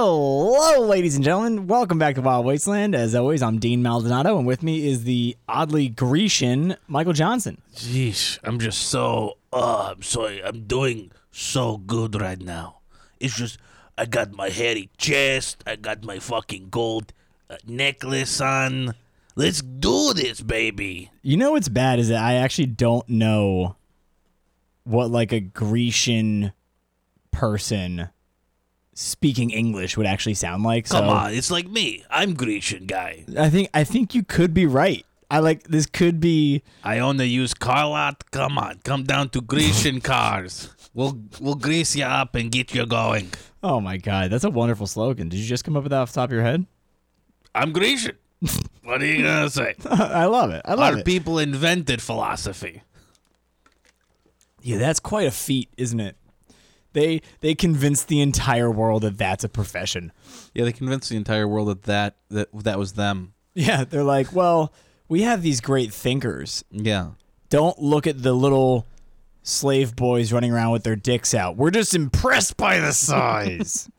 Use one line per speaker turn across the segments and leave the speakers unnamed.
Hello, ladies and gentlemen. Welcome back to Wild Wasteland. As always, I'm Dean Maldonado, and with me is the oddly Grecian Michael Johnson.
Jeez, I'm just so uh, I'm sorry. I'm doing so good right now. It's just I got my hairy chest. I got my fucking gold uh, necklace on. Let's do this, baby.
You know what's bad is that I actually don't know what like a Grecian person speaking English would actually sound like. So
Come on, it's like me. I'm Grecian guy.
I think I think you could be right. I like this could be
I own a used car lot. Come on, come down to Grecian cars. We'll we'll grease you up and get you going.
Oh my god, that's a wonderful slogan. Did you just come up with that off the top of your head?
I'm Grecian. What are you gonna say?
I love it. I love
Our
it.
people invented philosophy.
Yeah, that's quite a feat, isn't it? They they convinced the entire world that that's a profession.
Yeah, they convinced the entire world that that that, that was them.
Yeah, they're like, well, we have these great thinkers.
Yeah.
Don't look at the little slave boys running around with their dicks out. We're just impressed by the size.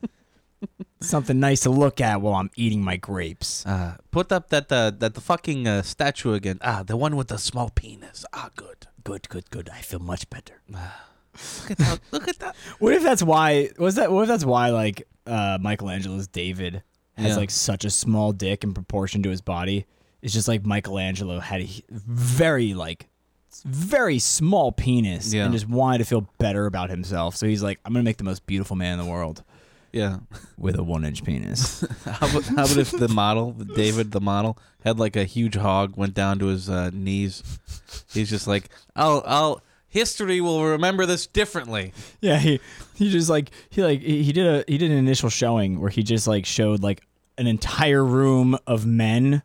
Something nice to look at while I'm eating my grapes.
Uh, put up that uh, that the fucking uh, statue again. Ah, the one with the small penis. Ah, good.
Good, good, good. I feel much better.
Look at that. look at that.
What if that's why? Was that? What if that's why? Like uh, Michelangelo's David has
Yeah.
like such a small dick in proportion to his body. It's just like Michelangelo had a h- very like s- very small penis
Yeah.
and just wanted to feel better about himself. So he's like, I'm gonna make the most beautiful man in the world
Yeah.
with a one inch penis.
How about, how about if the model, the David, the model, had like a huge hog went down to his uh, knees? He's just like, I'll, I'll. History will remember this differently.
yeah, he he just like he like he, he did a he did an initial showing where he just like showed like an entire room of men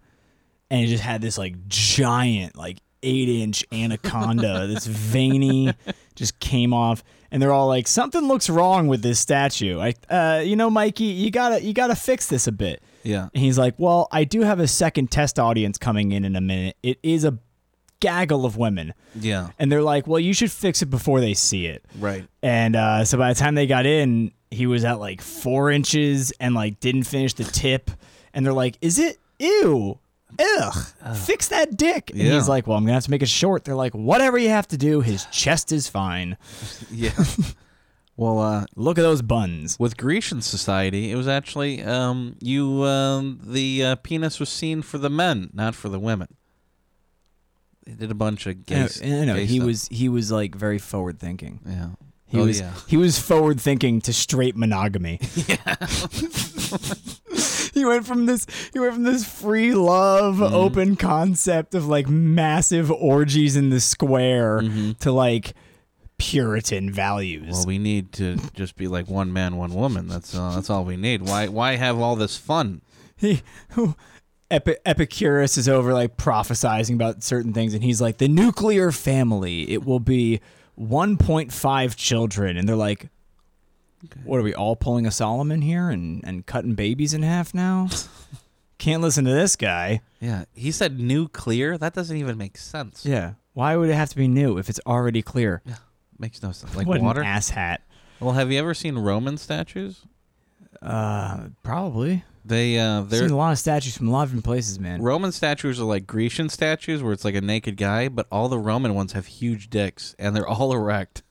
and it just had this like giant like eight inch anaconda this veiny just came off and they're all like something looks wrong with this statue i uh you know mikey you gotta you gotta fix this a bit
Yeah.
and he's like well i do have a second test audience coming in in a minute it is a gaggle of women
Yeah.
and they're like well you should fix it before they see it
Right.
and uh, so by the time they got in, he was at like four inches and like didn't finish the tip. And they're like, "Is it ew? Ugh! Fix that dick." And
Yeah.
he's like, "Well, I'm gonna have to make it short." They're like, "Whatever you have to do, his chest is fine.
Yeah. well, uh,
Look at those buns."
with Grecian society, it was actually um, you um, the uh, penis was seen for the men, not for the women. They did a bunch of gay. s-
I know, I know.
gay
he
stuff.
was he was like very forward thinking.
Yeah.
He
oh
was
yeah.
he was forward thinking to straight monogamy. he went from this he went from this free love
Mm-hmm.
open concept of like massive orgies in the square
Mm-hmm.
to like puritan values.
Well, we need to just be like one man, one woman. That's uh, that's all we need. Why why have all this fun?
he, Epi- Epicurus is over like prophesizing about certain things, and he's like, "The nuclear family, it will be 1.5 children," and they're like, "What are we all pulling a Solomon here and and cutting babies in half now?" Can't listen to this guy.
Yeah. He said nuclear. That doesn't even make sense.
Yeah, why would it have to be new if it's already clear?
Yeah, Makes no sense. Like
what
water.
an asshat.
well, have you ever seen Roman statues?
Uh, probably.
They uh,
There's
they're
seen a lot of statues from a lot of different places, man.
Roman statues are like Grecian statues where it's like a naked guy, but all the Roman ones have huge dicks and they're all erect.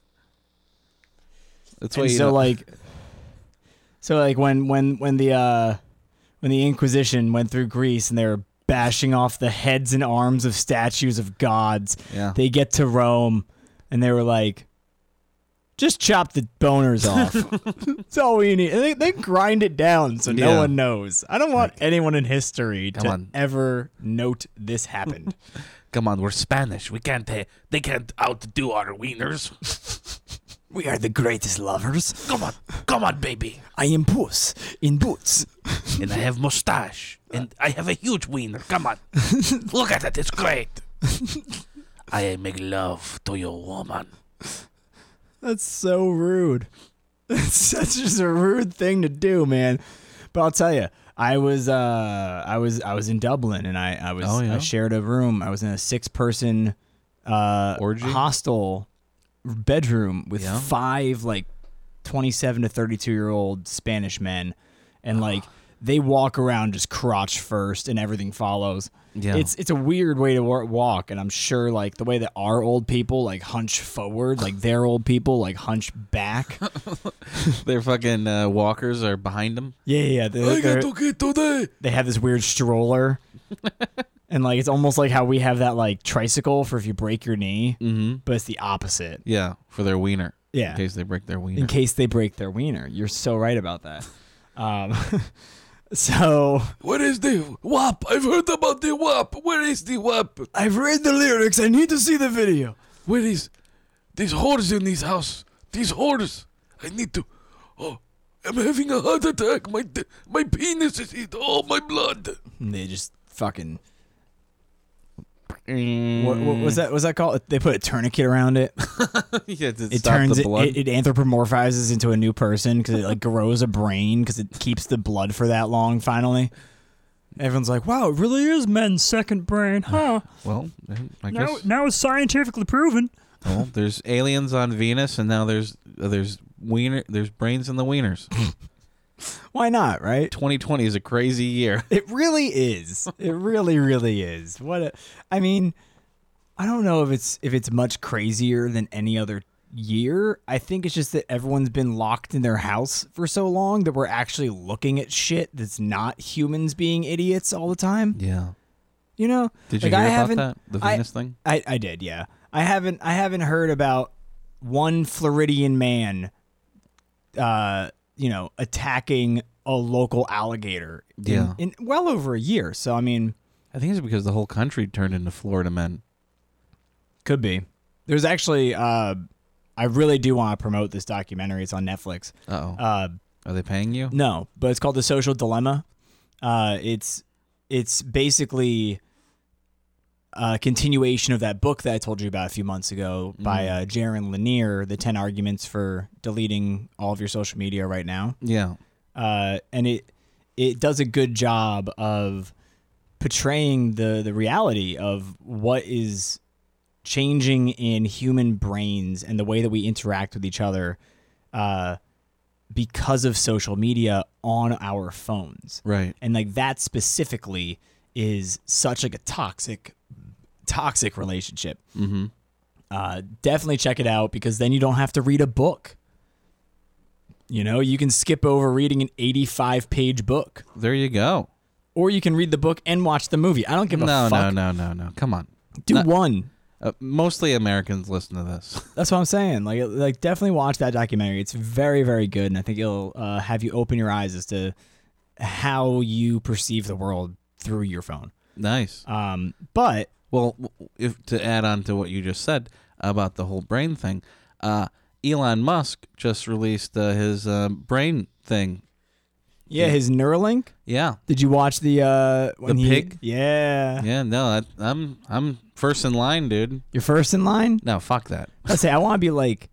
That's why
and
you
so
know-
like so like when when when the uh when the inquisition went through greece and they were bashing off the heads and arms of statues of gods
Yeah.
they get to rome and they were like just chop the boners off that's all we need and they, they grind it down so no
Yeah.
one knows i don't want anyone in history
Come
to
on.
ever note this happened
Come on, we're Spanish. eh,
We can't. Uh, they can't outdo our wieners.
we are the greatest lovers
Come on, come on, baby.
i am puss in boots
And I have mustache. And I have a huge wiener. Come on, look at it. It's great. I make love to your woman.
That's so rude. That's, that's just a rude thing to do, man. But I'll tell you, I was uh, I was I was in Dublin, and I I was
Oh, yeah?
I shared a room. I was in a six person uh,
Orgy?
hostel bedroom with
Yeah.
five like twenty seven to thirty two year old Spanish men, and like they walk around just crotch first and everything follows.
Yeah.
It's it's a weird way to wa- walk and I'm sure like the way that our old people like hunch forward, like their old people like hunch back.
Their fucking uh, walkers are behind them.
Yeah, yeah, yeah. They, they're- they have this weird stroller. and like it's almost like how we have that like tricycle for if you break your knee, mm-hmm. but it's the opposite.
Yeah, for their wiener.
Yeah.
In case they break their wiener.
in case they break their wiener. You're so right about that. Um, so
Where is the WAP? I've heard about the WAP. Where is the WAP?
I've read the lyrics. I need to see the video.
Where is these whores in this house? These whores. I need to. Oh, I'm having a heart attack. My d- my penis is in all my blood.
And they just fucking. What, what was that? Was that called? They put a tourniquet around it.
yeah, to
It
stop
turns
the
it,
blood.
it. It anthropomorphizes into a new person because it like grows a brain because it keeps the blood for that long. Finally, everyone's like, "Wow, it really is men's second brain, huh?"
well, I guess.
now, now it's scientifically proven.
Well, there's aliens on Venus, and now there's uh, there's wiener, there's brains in the wieners.
Why not? Right?
2020 is a crazy year.
It really is. It really, really is. What a, I mean, I don't know if it's if it's much crazier than any other year. I think it's just that everyone's been locked in their house for so long that we're actually looking at shit that's not humans being idiots all the time.
Yeah.
You know?
Did you
Like,
hear
I
about
haven't-
that? The
I-
Venus thing?
I, I did, yeah. I haven't I haven't heard about one Floridian man uh you know attacking a local alligator in-
Yeah.
in well over a year. So I mean
I think it's because the whole country turned into Florida men.
Could be. There's actually, uh, I really do want to promote this documentary. It's on Netflix.
Uh-oh.
Uh,
Are they paying you?
no, but it's called The Social Dilemma. Uh, it's it's basically a continuation of that book that I told you about a few months ago by uh, Jaron Lanier, The 10 Arguments for Deleting All of Your Social Media Right Now
Yeah.
uh, and it it does a good job of portraying the the reality of what is changing in human brains and the way that we interact with each other uh, because of social media on our phones
Right.
and like that specifically is such like a toxic toxic relationship mm-hmm. uh, definitely check it out because then you don't have to read a book you know you can skip over reading an 85 page book
There you go.
or you can read the book and watch the movie i don't give a
No, no,
fuck
no, no, no. Come on.
do
no.
one
Uh, mostly Americans listen to this.
that's what i'm saying like like definitely watch that documentary it's very very good and i think it'll uh, have you open your eyes as to how you perceive the world through your phone
nice.
um, but
Well, w- if to add on to what you just said about the whole brain thing, uh, Elon Musk just released uh, his uh, brain thing.
Yeah, his Neuralink.
Yeah,
Did you watch the uh when
The
he-
pig?
Yeah.
yeah. No, I, I'm I'm first in line, dude.
You're first in line?
No, fuck that.
I say I want to be like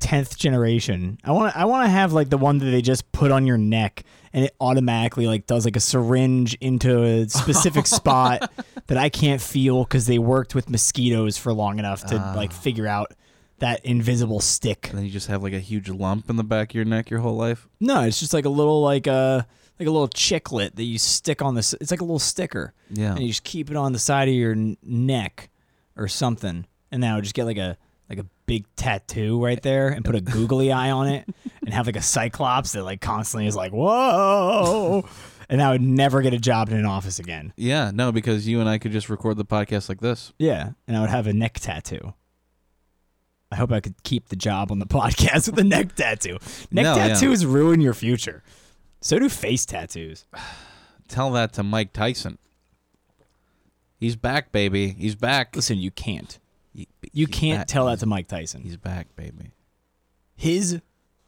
10th generation. I want to I want to have like the one that they just put on your neck and it automatically like does like a syringe into a specific spot that I can't feel cuz they worked with mosquitoes for long enough to like figure out that invisible stick.
And then you just have like a huge lump in the back of your neck your whole life.
No, it's just like a little like a like a little chiclet that you stick on this. It's like a little sticker.
Yeah.
and you just keep it on the side of your n- neck or something, and now just get like a like a big tattoo right there and put a googly eye on it, and have like a cyclops that like constantly is like whoa, and I would never get a job in an office again.
Yeah, no, because you and I could just record the podcast like this.
Yeah, and I would have a neck tattoo. I hope I could keep the job on the podcast with a neck tattoo. Neck
No, yeah.
tattoos ruin your future. So do face tattoos.
Tell that to Mike Tyson. He's back, baby. He's back.
Listen, you can't.
He-
You
he's
can't
back.
tell that to Mike Tyson.
He's back, baby.
His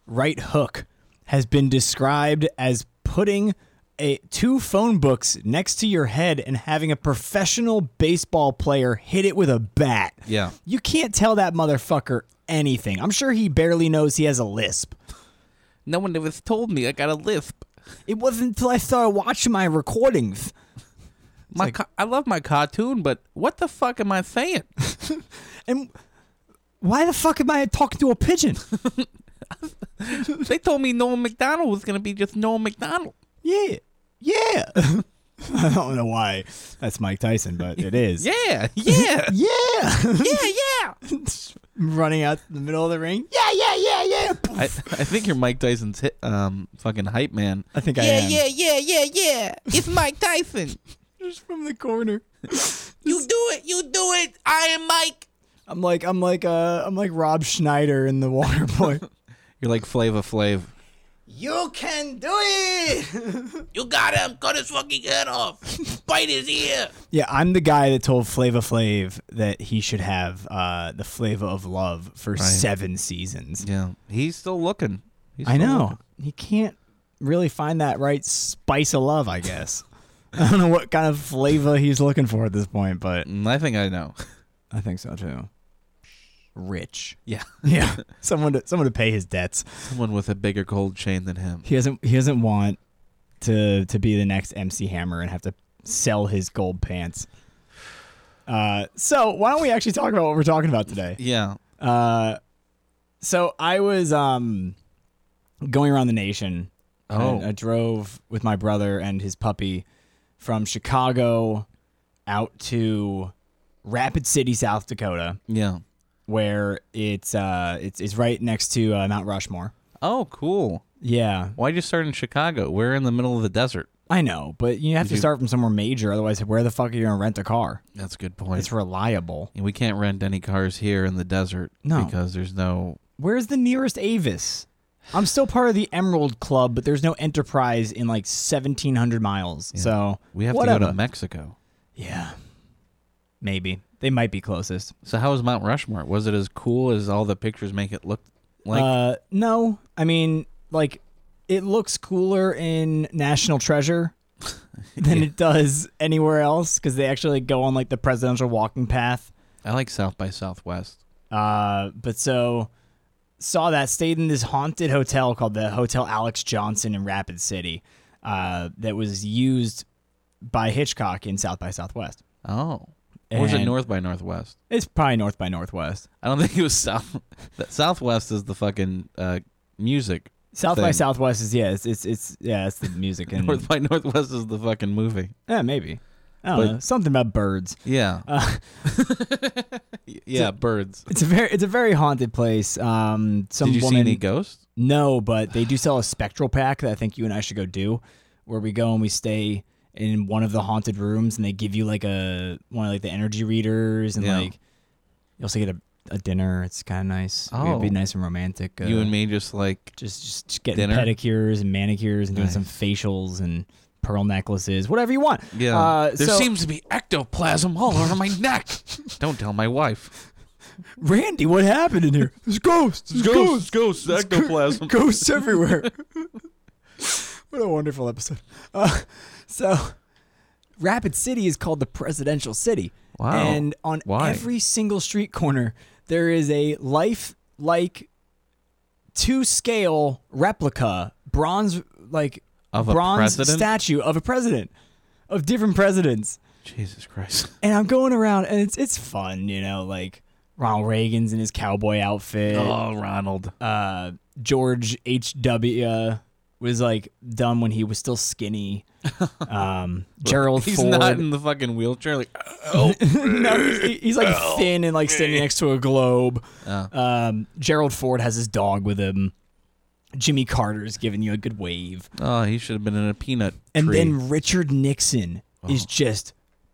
right hook has been described as putting a two phone books next to your head and having a professional baseball player hit it with a bat.
Yeah.
You can't tell that motherfucker anything. I'm sure he barely knows he has a lisp.
No one ever told me I got a lisp.
It wasn't until I started watching my recordings.
My ca- I love my cartoon, but what the fuck am I saying?
And why the fuck am I talking to a pigeon?
they told me Noah McDonald was gonna be just Noah McDonald.
Yeah. Yeah. I don't know why that's Mike Tyson, but it is.
Yeah, yeah,
Yeah.
yeah, yeah.
Running out in the middle of the ring. Yeah, yeah, yeah, yeah.
I, I think you're Mike Tyson's hit, um fucking hype man.
I think I
yeah,
am.
yeah, yeah, yeah, yeah. It's Mike Tyson.
Just from the corner.
You do it. You do it. I am Mike.
I'm like I'm like uh I'm like Rob Schneider in the water boy.
You're like Flava Flav.
you can do it.
You got him. Cut his fucking head off. Bite his ear.
yeah, I'm the guy that told Flava Flav that he should have uh the Flava of Love for seven seasons.
Yeah, he's still looking. He's
I
still
know.
looking.
You can't really find that right spice of love, I guess. I don't know what kind of flavor he's looking for at this point, but
Mm, I think I know.
I think so too. Rich.
Yeah,
Yeah. someone to someone to pay his debts.
someone with a bigger gold chain than him.
He doesn't he doesn't want to to be the next MC Hammer and have to sell his gold pants. Uh, so why don't we actually talk about what we're talking about today?
Yeah,
Uh, so I was um going around the nation.
Oh.
And I drove with my brother and his puppy from Chicago out to Rapid City, South Dakota,
yeah.
where it's uh it's it's right next to uh, Mount Rushmore.
Oh, cool.
Yeah,
Why'd you start in Chicago? We're in the middle of the desert.
I know, but you have to
You-
start from somewhere major. Otherwise, where the fuck are you gonna rent a car?
That's a good point.
It's reliable.
And we can't rent any cars here in the desert
No.
because there's no.
Where's the nearest Avis? I'm still part of the Emerald Club, but there's no Enterprise in like 1,700 miles. So
We have
whatever.
to go to Mexico.
yeah, maybe they might be closest.
So how is Mount Rushmore? Was it as cool as all the pictures make it look like?
uh, no, I mean like it looks cooler in National Treasure than it does anywhere else because they actually go on like the presidential walking path.
I like South by Southwest.
Uh, but so saw that stayed in this haunted hotel called the Hotel Alex Johnson in Rapid City, uh, that was used by Hitchcock in South by Southwest.
Oh, or was it
And-
North by Northwest?
It's probably North by Northwest.
I don't think it was South. that Southwest is the fucking uh, music.
South by
Thing.
Southwest is yeah, it's it's, it's yeah, it's the music and
North by Northwest is the fucking movie.
yeah, maybe. I don't
But-
know. Something about birds.
Yeah.
Uh,
Y- yeah, birds.
it's a very it's a very haunted place. Um some
Did you
woman
see any ghosts?
No, but they do sell a spectral pack that I think you and I should go do, where we go and we stay in one of the haunted rooms, and they give you like a one of like the energy readers, and
Yeah.
like you also get a, a dinner. It's kind of nice. it'd
Oh.
be nice and romantic. Uh,
You and me just like
just just, just getting
Dinner?
pedicures and manicures and doing
Nice.
some facials and pearl necklaces, whatever you want.
yeah.
Uh,
there
so
seems to be ectoplasm all over my neck. Don't tell my wife.
Randy, what happened in here? There's ghosts. There's ghosts.
ghosts, ectoplasm.
ghosts everywhere. what a wonderful episode. Uh, so, Rapid City is called the Presidential City.
Wow.
And on
Why?
every single street corner, there is a life like two scale replica bronze like
Of a
bronze
president?
statue of a president of different presidents
Jesus Christ.
and I'm going around and it's it's fun you know like Ronald Reagan's in his cowboy outfit
Oh, Ronald.
uh, George H. W. Uh, was like done when he was still skinny. Um, Gerald
He's
Ford.
not in the fucking wheelchair. Like,
no, he's, he's like thin and like standing next to a globe.
Oh.
Um, Gerald Ford has his dog with him. Jimmy Carter's giving you a good wave,
oh, he should have been in a peanut
and
tree. Oh.
then Richard Nixon is just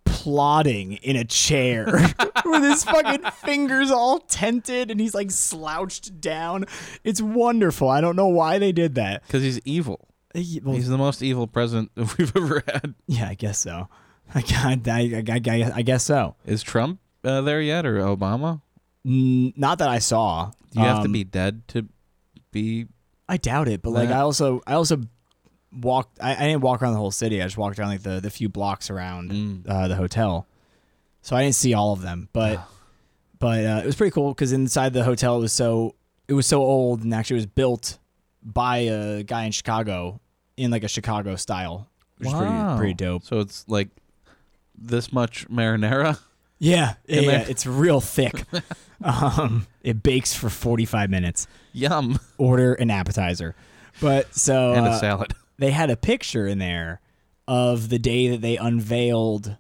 plodding in a chair with his fucking fingers all tented, and he's like slouched down. It's wonderful. I don't know why they did that.
because he's evil.
He- well,
He's the most evil president that we've ever had.
yeah, I guess so. I, got- I, I, I, I guess so.
Is Trump uh, there yet or Obama?
N- not that I saw.
Do you have to
Um,
be dead to be?
I doubt it, but like
Nah.
I also, I also walked. I, I didn't walk around the whole city. I just walked around like the the few blocks around
Mm.
uh, the hotel, so I didn't see all of them. But but uh, it was pretty cool because inside the hotel it was so it was so old and actually was built by a guy in Chicago in like a Chicago style, which is pretty pretty dope.
So it's like this much marinara.
Yeah, yeah,
And
yeah,
then-
it's real thick. um, it bakes for 45 minutes.
Yum.
Order an appetizer. But so
and a
uh,
salad.
they had a picture in there of the day that they unveiled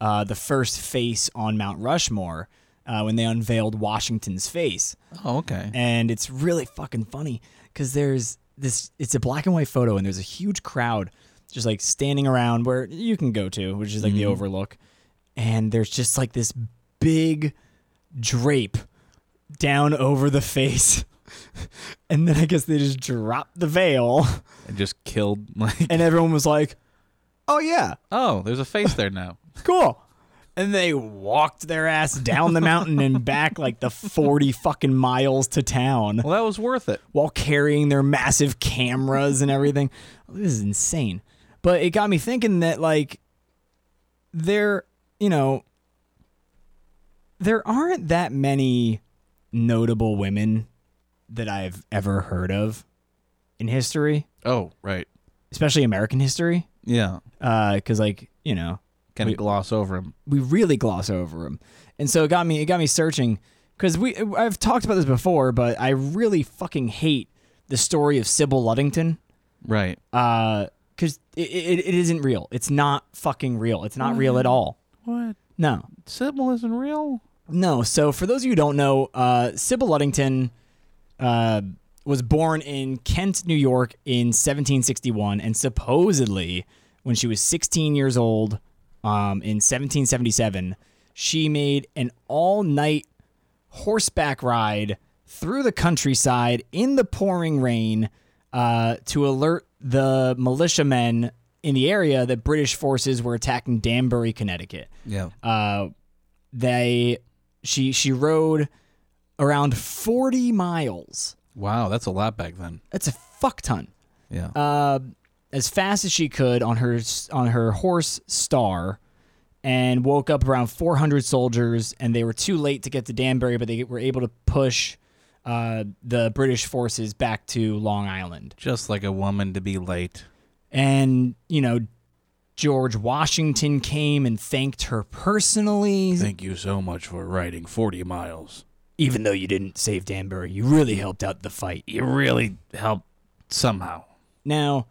uh, the first face on Mount Rushmore uh, when they unveiled Washington's face.
Oh, okay.
And it's really fucking funny because there's this, it's a black and white photo, and there's a huge crowd just like standing around where you can go to, which is like the overlook. And there's just like this big drape down over the face. and then I guess they just drop the veil
And just killed like
and everyone was like, "Oh yeah,
Oh, there's a face there now.
cool." And they walked their ass down the mountain and back like the 40 fucking miles to town
Well, that was worth it.
while carrying their massive cameras and everything. This is insane. But it got me thinking that like there, you know, there aren't that many notable women that I've ever heard of in history,
Oh, right.
especially American history,
Yeah.
Uh, 'cause cuz like, you know,
Kind
We-
of gloss over him.
we really gloss over them. And so it got me it got me searching because we I've talked about this before, but I really fucking hate the story of Sybil Luddington
Right.
because it, it, it isn't real. It's not fucking real. It's not real at all.
What?
No,
Sybil isn't real?
no. So for those of you who don't know, uh, Sybil Luddington uh, was born in Kent, New York, in 1761, and supposedly when she was 16 years old, um, in 1777, she made an all-night horseback ride through the countryside in the pouring rain uh, to alert the militiamen in the area that British forces were attacking Danbury, Connecticut
Yeah.
uh, they she she rode around 40 miles
Wow, that's a lot back then.
that's a fuck ton
Yeah.
uh, as fast as she could on her on her horse star and woke up around 400 soldiers and they were too late to get to danbury but they were able to push uh, the british forces back to long island
Just like a woman to be late.
and you know george washington came and thanked her personally
Thank you so much for riding 40 miles.
even though you didn't save Danbury, you really helped out the fight.
You really helped somehow.
Now,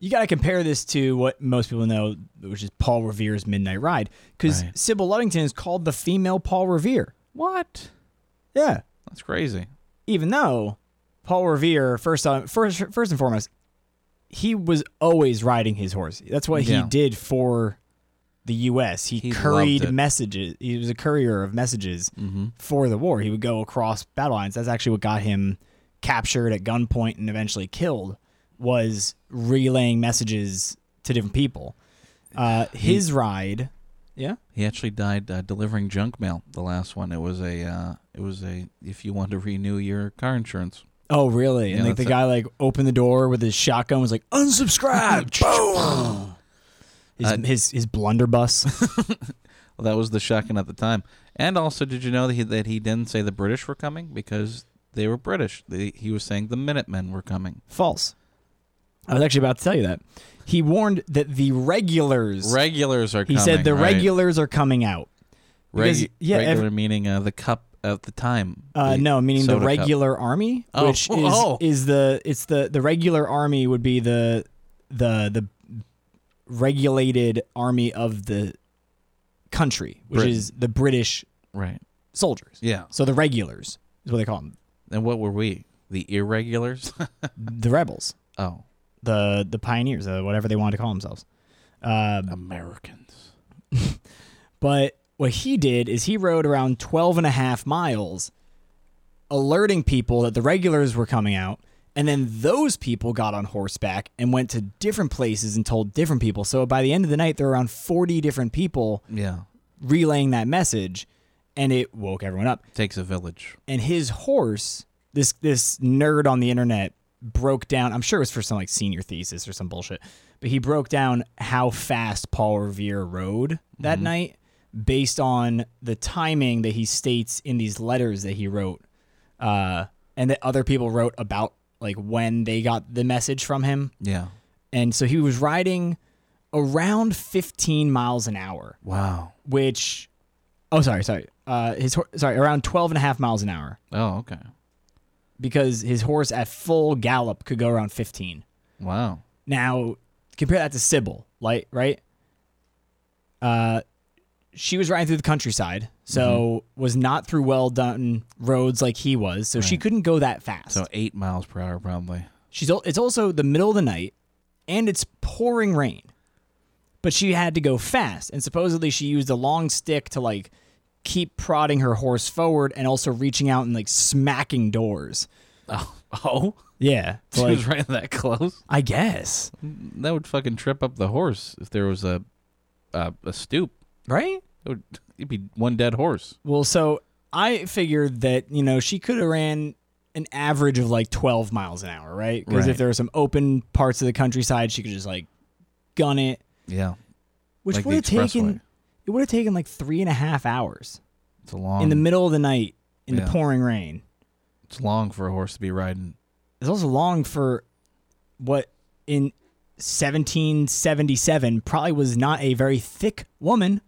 you got to compare this to what most people know, which is Paul Revere's Midnight Ride, because
Right.
Sybil Luddington is called the female Paul Revere.
What?
Yeah.
That's crazy.
Even though Paul Revere, first, on, first, first and foremost, he was always riding his horse. That's what
Yeah.
he did for the U.S. He,
He loved
curried
it. Mm-hmm.
messages. He was a courier of messages for the war. He would go across battle lines. That's actually what got him captured at gunpoint and eventually killed. Was relaying messages to different people. Uh, his ride, yeah,
He actually died uh, delivering junk mail. The last one. It was a. Uh, it was a. If you want to renew your car insurance.
Oh, really? And
Yeah,
like the
that's it.
guy like opened the door with his shotgun was like unsubscribe. Boom. His,
Uh,
his his blunderbuss.
Well, that was the shocking at the time. And also, did you know that he, that he didn't say the British were coming because they were British. They, he was saying the Minutemen were coming.
False. I was actually about to tell you that. He warned that the regulars.
Regulars are
he
coming.
said the
right.
regulars are coming out. because-
Regu-
yeah, ev-
regular meaning uh, the cup at the time.
Uh,
The
no, meaning the
soda cup.
regular army,
Oh.
which is
Oh.
is the it's the the regular army would be the the the regulated army of the country, which
Britain.
is the British
Right.
soldiers.
Yeah.
So the regulars is what they call them.
And what were we? The irregulars.
The rebels,
oh,
the the pioneers, uh, whatever they wanted to call themselves. Um,
Americans.
but what he did is he rode around 12 and a half miles, alerting people that the regulars were coming out. And then those people got on horseback and went to different places and told different people. So by the end of the night, there were around 40 different people
Yeah.
relaying that message, and it woke everyone up.
Takes a village.
and his horse this this nerd on the internet broke down i'm sure it was for some like senior thesis or some bullshit but he broke down how fast paul revere rode that night based on the timing that he states in these letters that he wrote uh, and that other people wrote about like when they got the message from him
Yeah.
and so he was riding around 15 miles an hour
Wow.
which Oh, sorry, sorry. Uh, his hor- sorry around 12 and a half miles an hour
Oh, okay.
because his horse at full gallop could go around 15.
Wow.
Now compare that to Sybil, like right? Uh, she was riding through the countryside, so was not through well done roads like he was, so she couldn't go that fast.
So eight miles per hour, probably.
She's al- it's also the middle of the night and it's pouring rain. But she had to go fast and supposedly she used a long stick to like keep prodding her horse forward and also reaching out and like smacking doors.
Oh, oh?
Yeah. to,
she
like-
was right that close.
I guess.
That would fucking trip up the horse if there was a a, a stoop.
Right?
It would it'd be one dead horse.
Well, so I figured that, you know, she could have ran an average of like 12 miles an hour, right? Because if
Right.
there were some open parts of the countryside, she could just like gun it,
Yeah,
which
Like the
would have
expressway.
taken, it would have taken like three and a half hours.
it's a long.
in the middle of the night in
Yeah.
the pouring rain.
it's long for a horse to be riding.
It's also long for what in 1777 probably was not a very thick woman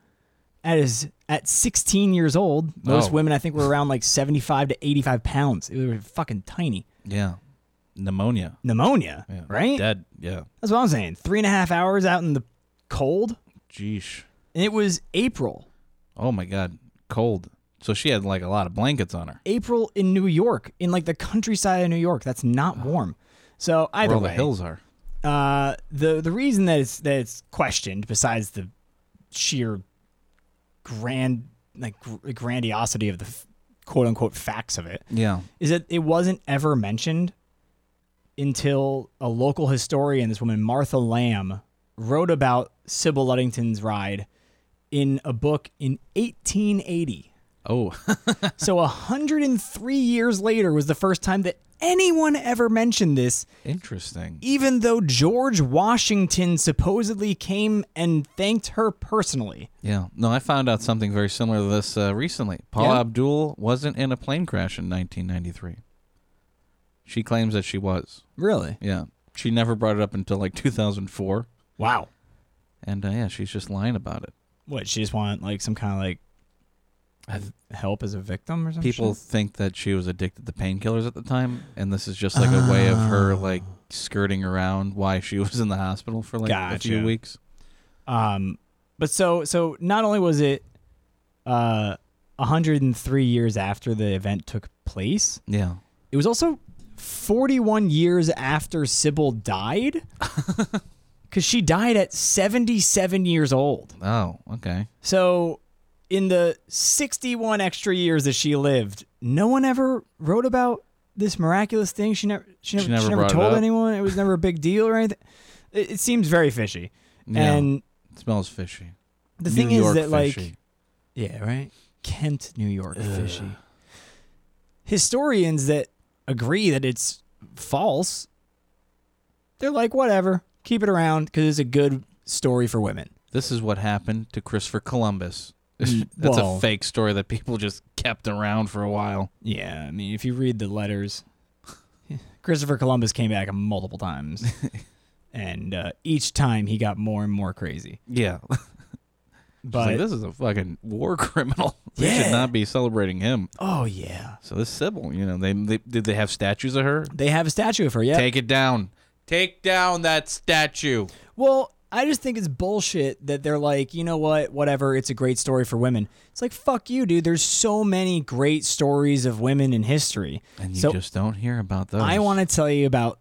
at is at 16 years old. Most
Oh.
women I think were around like 75 to 85 pounds. It was fucking tiny.
Yeah, pneumonia.
Pneumonia,
Yeah.
right?
Dead. Yeah.
That's what I'm saying. Three and a half hours out in the cold,
Jeesh.
and it was April.
Oh my God. Cold. So she had like a lot of blankets on her.
April in New York, in like the countryside of New York. That's not warm. So either
Where all
way,
the hills are.
Uh, the the reason that it's that it's questioned, besides the sheer grand like gr- grandiosity of the quote unquote facts of it,
Yeah.
is that it wasn't ever mentioned until a local historian, this woman Martha Lamb, wrote about Sybil Luddington's ride in a book in 1880.
Oh.
so 103 years later was the first time that anyone ever mentioned this
Interesting.
even though George Washington supposedly came and thanked her personally.
Yeah. No, I found out something very similar to this uh, recently. Paula
Yeah?
Abdul wasn't in a plane crash in 1993. She claims that she was.
Really?
Yeah. She never brought it up until like 2004.
Wow.
And uh, yeah, she's just lying about it.
What? She just wanted like some kind of like help as a victim or something.
People think that she was addicted to painkillers at the time, and this is just like a way of her
Oh.
like skirting around why she was in the hospital for like a few
Gotcha.
weeks.
Um, but so so not only was it uh 103 years after the event took place,
Yeah.
it was also 41 years after Sybil died. Because she died at 77 years old.
Oh, okay.
So, in the 61 extra years that she lived, no one ever wrote about this miraculous thing. She never, she never, she
never
never,
brought it
told
up.
anyone. It was never a big deal or anything. It, it seems very fishy.
Yeah.
And
It smells fishy.
the
New
thing
York
is that,
fishy.
like, yeah, right? Kent, New York, fishy. Historians that agree that it's false, they're like, whatever, keep it around because it's a good story for women.
This is what happened to Christopher Columbus.
Mm,
That's
well-
a fake story that people just kept around for a while.
Yeah, I mean, if you read the letters, Christopher Columbus came back multiple times, and uh, each time he got more and more crazy.
Yeah.
But
like, this is a fucking war criminal. we
Yeah.
should not be celebrating him.
oh yeah,
So this Sybil, you know, they, they did they have statues of her?
they have a statue of her. Yeah.
Take it down. Take down that statue.
well, I just think it's bullshit that they're like, you know what, whatever. It's a great story for women. It's like fuck you, dude. There's so many great stories of women in history.
And you
so
just don't hear about those.
I want to tell you about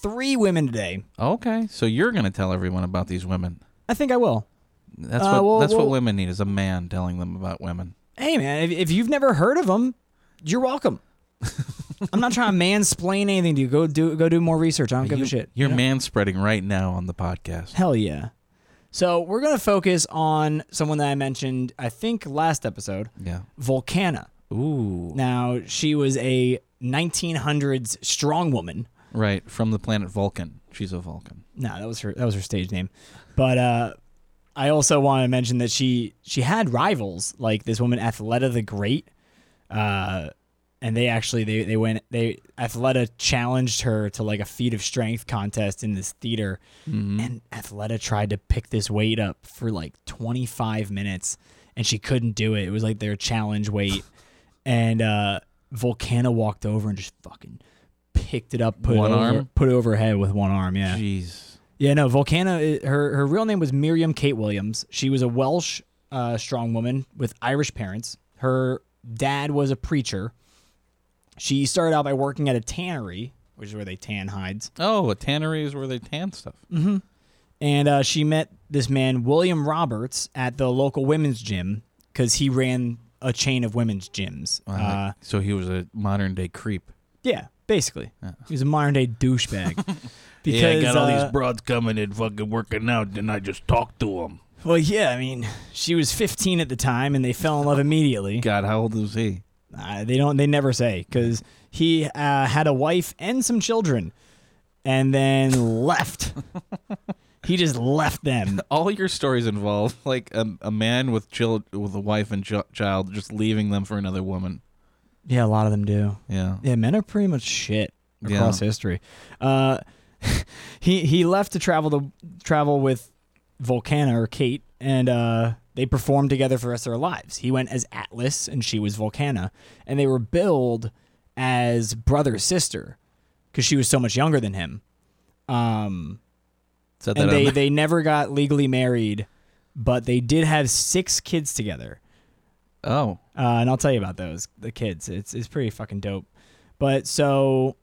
three women today.
Okay, so you're gonna tell everyone about these women.
I think I will.
That's
Uh,
what
well-
that's
well-
what women need is a man telling them about women.
hey man, if, if you've never heard of them, you're welcome. I'm not trying to mansplain anything to you. Go do go do more research. I don't give
you,
a shit.
You're
you know?
manspreading right now on the podcast.
Hell yeah. So we're gonna focus on someone that I mentioned, I think last episode,
Yeah.
Volcana.
Ooh.
Now she was a 1900s strong woman.
Right, from the planet Vulcan. She's a Vulcan.
No, that was her. That was her stage name. But uh, I also want to mention that she she had rivals like this woman Athleta the Great, uh, and they actually they they went they Athleta challenged her to like a feat of strength contest in this theater,
Mm-hmm.
and Athleta tried to pick this weight up for like 25 minutes. and she couldn't do it. It was like their challenge weight, and uh, Volcana walked over and just fucking picked it up, put
One
it over,
arm?
put it over her head with one arm. Yeah,
Jeez.
yeah, no, Volcana. i- Her her real name was Miriam Kate Williams. She was a Welsh uh, strong woman with Irish parents. Her dad was a preacher. She started out by working at a tannery, which is where they tan hides,
Oh, a tannery is where they tan stuff.
and uh, she met this man William Roberts at the local women's gym because he ran a chain of women's gyms.
Wow.
Uh,
so he was a modern day creep.
yeah, basically, he was a modern day douchebag. because
yeah, I got all
uh,
these broads coming and fucking working out, and I just talk to them.
well, yeah, I mean, she was 15 at the time, and they fell in love immediately.
God, how old was he?
Uh, they don't. They never say because he uh, had a wife and some children, and then left. he just left them.
All your stories involve like a, a man with child with a wife and ch- child just leaving them for another woman.
Yeah, a lot of them do.
Yeah.
Yeah, men are pretty much shit
Yeah.
across history. Uh, he he left to travel to travel with Volcana or Kate, and uh, they performed together for the rest of their lives. He went as Atlas, and she was Volcana, and they were billed as brother sister because she was so much younger than him. Um,
Said that
and they
on-
they never got legally married, but they did have six kids together.
oh,
Uh, and I'll tell you about those the kids. It's it's pretty fucking dope. But so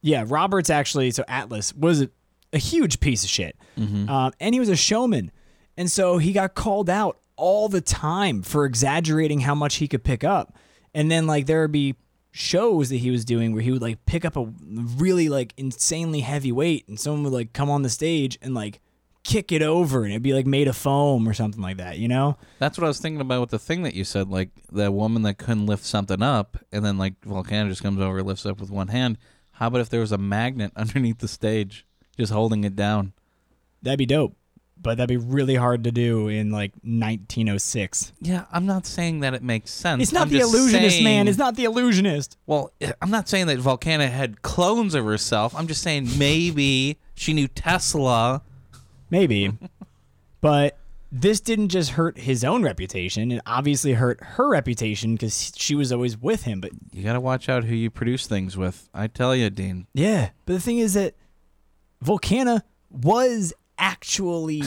yeah, Roberts actually so Atlas was a, a huge piece of shit, um, and he was a showman, and so he got called out all the time for exaggerating how much he could pick up, and then like there would be shows that he was doing where he would like pick up a really like insanely heavy weight, and someone would like come on the stage and like kick it over, and it'd be like made of foam or something like that, you know?
that's what I was thinking about with the thing that you said, like that woman that couldn't lift something up, and then like Volcano just comes over, lifts up with one hand. How about if there was a magnet underneath the stage, just holding it down?
That'd be dope, but that'd be really hard to do in like 1906.
Yeah, I'm not saying that it makes sense.
It's not
I'm
the
just
illusionist, man.
saying-
It's not the illusionist.
Well, eh, I'm not saying that Volcana had clones of herself. I'm just saying maybe she knew Tesla.
Maybe, but this didn't just hurt his own reputation. It obviously hurt her reputation because she was always with him. But
You got to watch out who you produce things with. I tell you, Dean.
yeah, but the thing is that Volcana was actually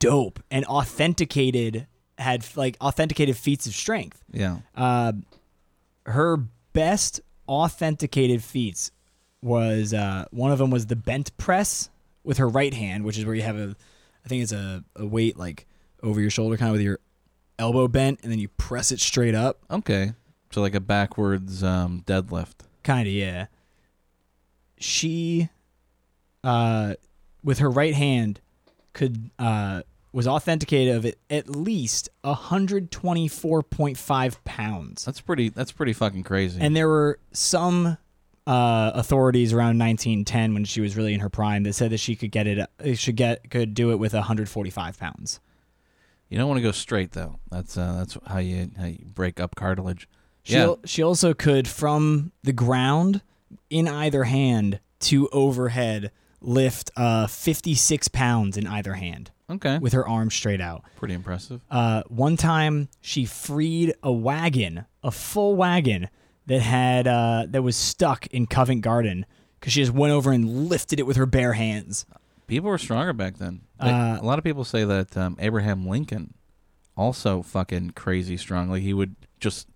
dope and authenticated had like authenticated feats of strength.
Yeah.
Uh, her best authenticated feats was uh, one of them was the bent press with her right hand, which is where you have a, I think it's a, a weight like over your shoulder, kind of with your elbow bent, and then you press it straight up,
Okay. So like a backwards um, deadlift.
kind of yeah. She, uh, with her right hand, could uh was authenticated of it at least 124.5 pounds.
That's pretty. That's pretty fucking crazy.
And there were some uh, authorities around 1910 when she was really in her prime that said that she could get it, uh, should get, could do it with 145 pounds.
you don't want to go straight though. That's uh, that's how you how you break up cartilage.
She,
yeah.
al- she also could, from the ground in either hand to overhead, lift uh, 56 pounds in either hand
Okay.
with her arms straight out.
pretty impressive.
Uh, one time she freed a wagon, a full wagon that had uh, that was stuck in Covent Garden because she just went over and lifted it with her bare hands.
People were stronger back then. They-
Uh,
a lot of people say that um, Abraham Lincoln also fucking crazy strongly. He would just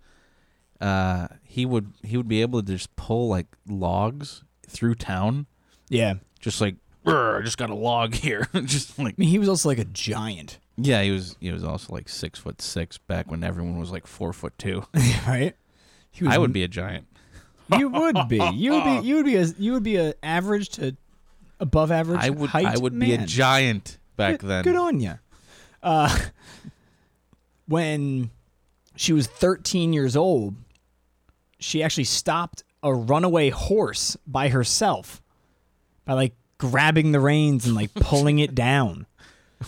uh, he would he would be able to just pull like logs through town,
Yeah, I
just like
"Brr, I just got a log here.
just like
mean he was also like a giant,
yeah. He was he was also like six foot six back when everyone was like four foot two.
right? He was,
I would be a giant.
You would be. You would be. You would be a. You would be a average to above average.
I would
height
I would be a
man.
giant back
Good-
then.
Good on you. Uh, when she was 13 years old, she actually stopped a runaway horse by herself by like grabbing the reins and like pulling it down.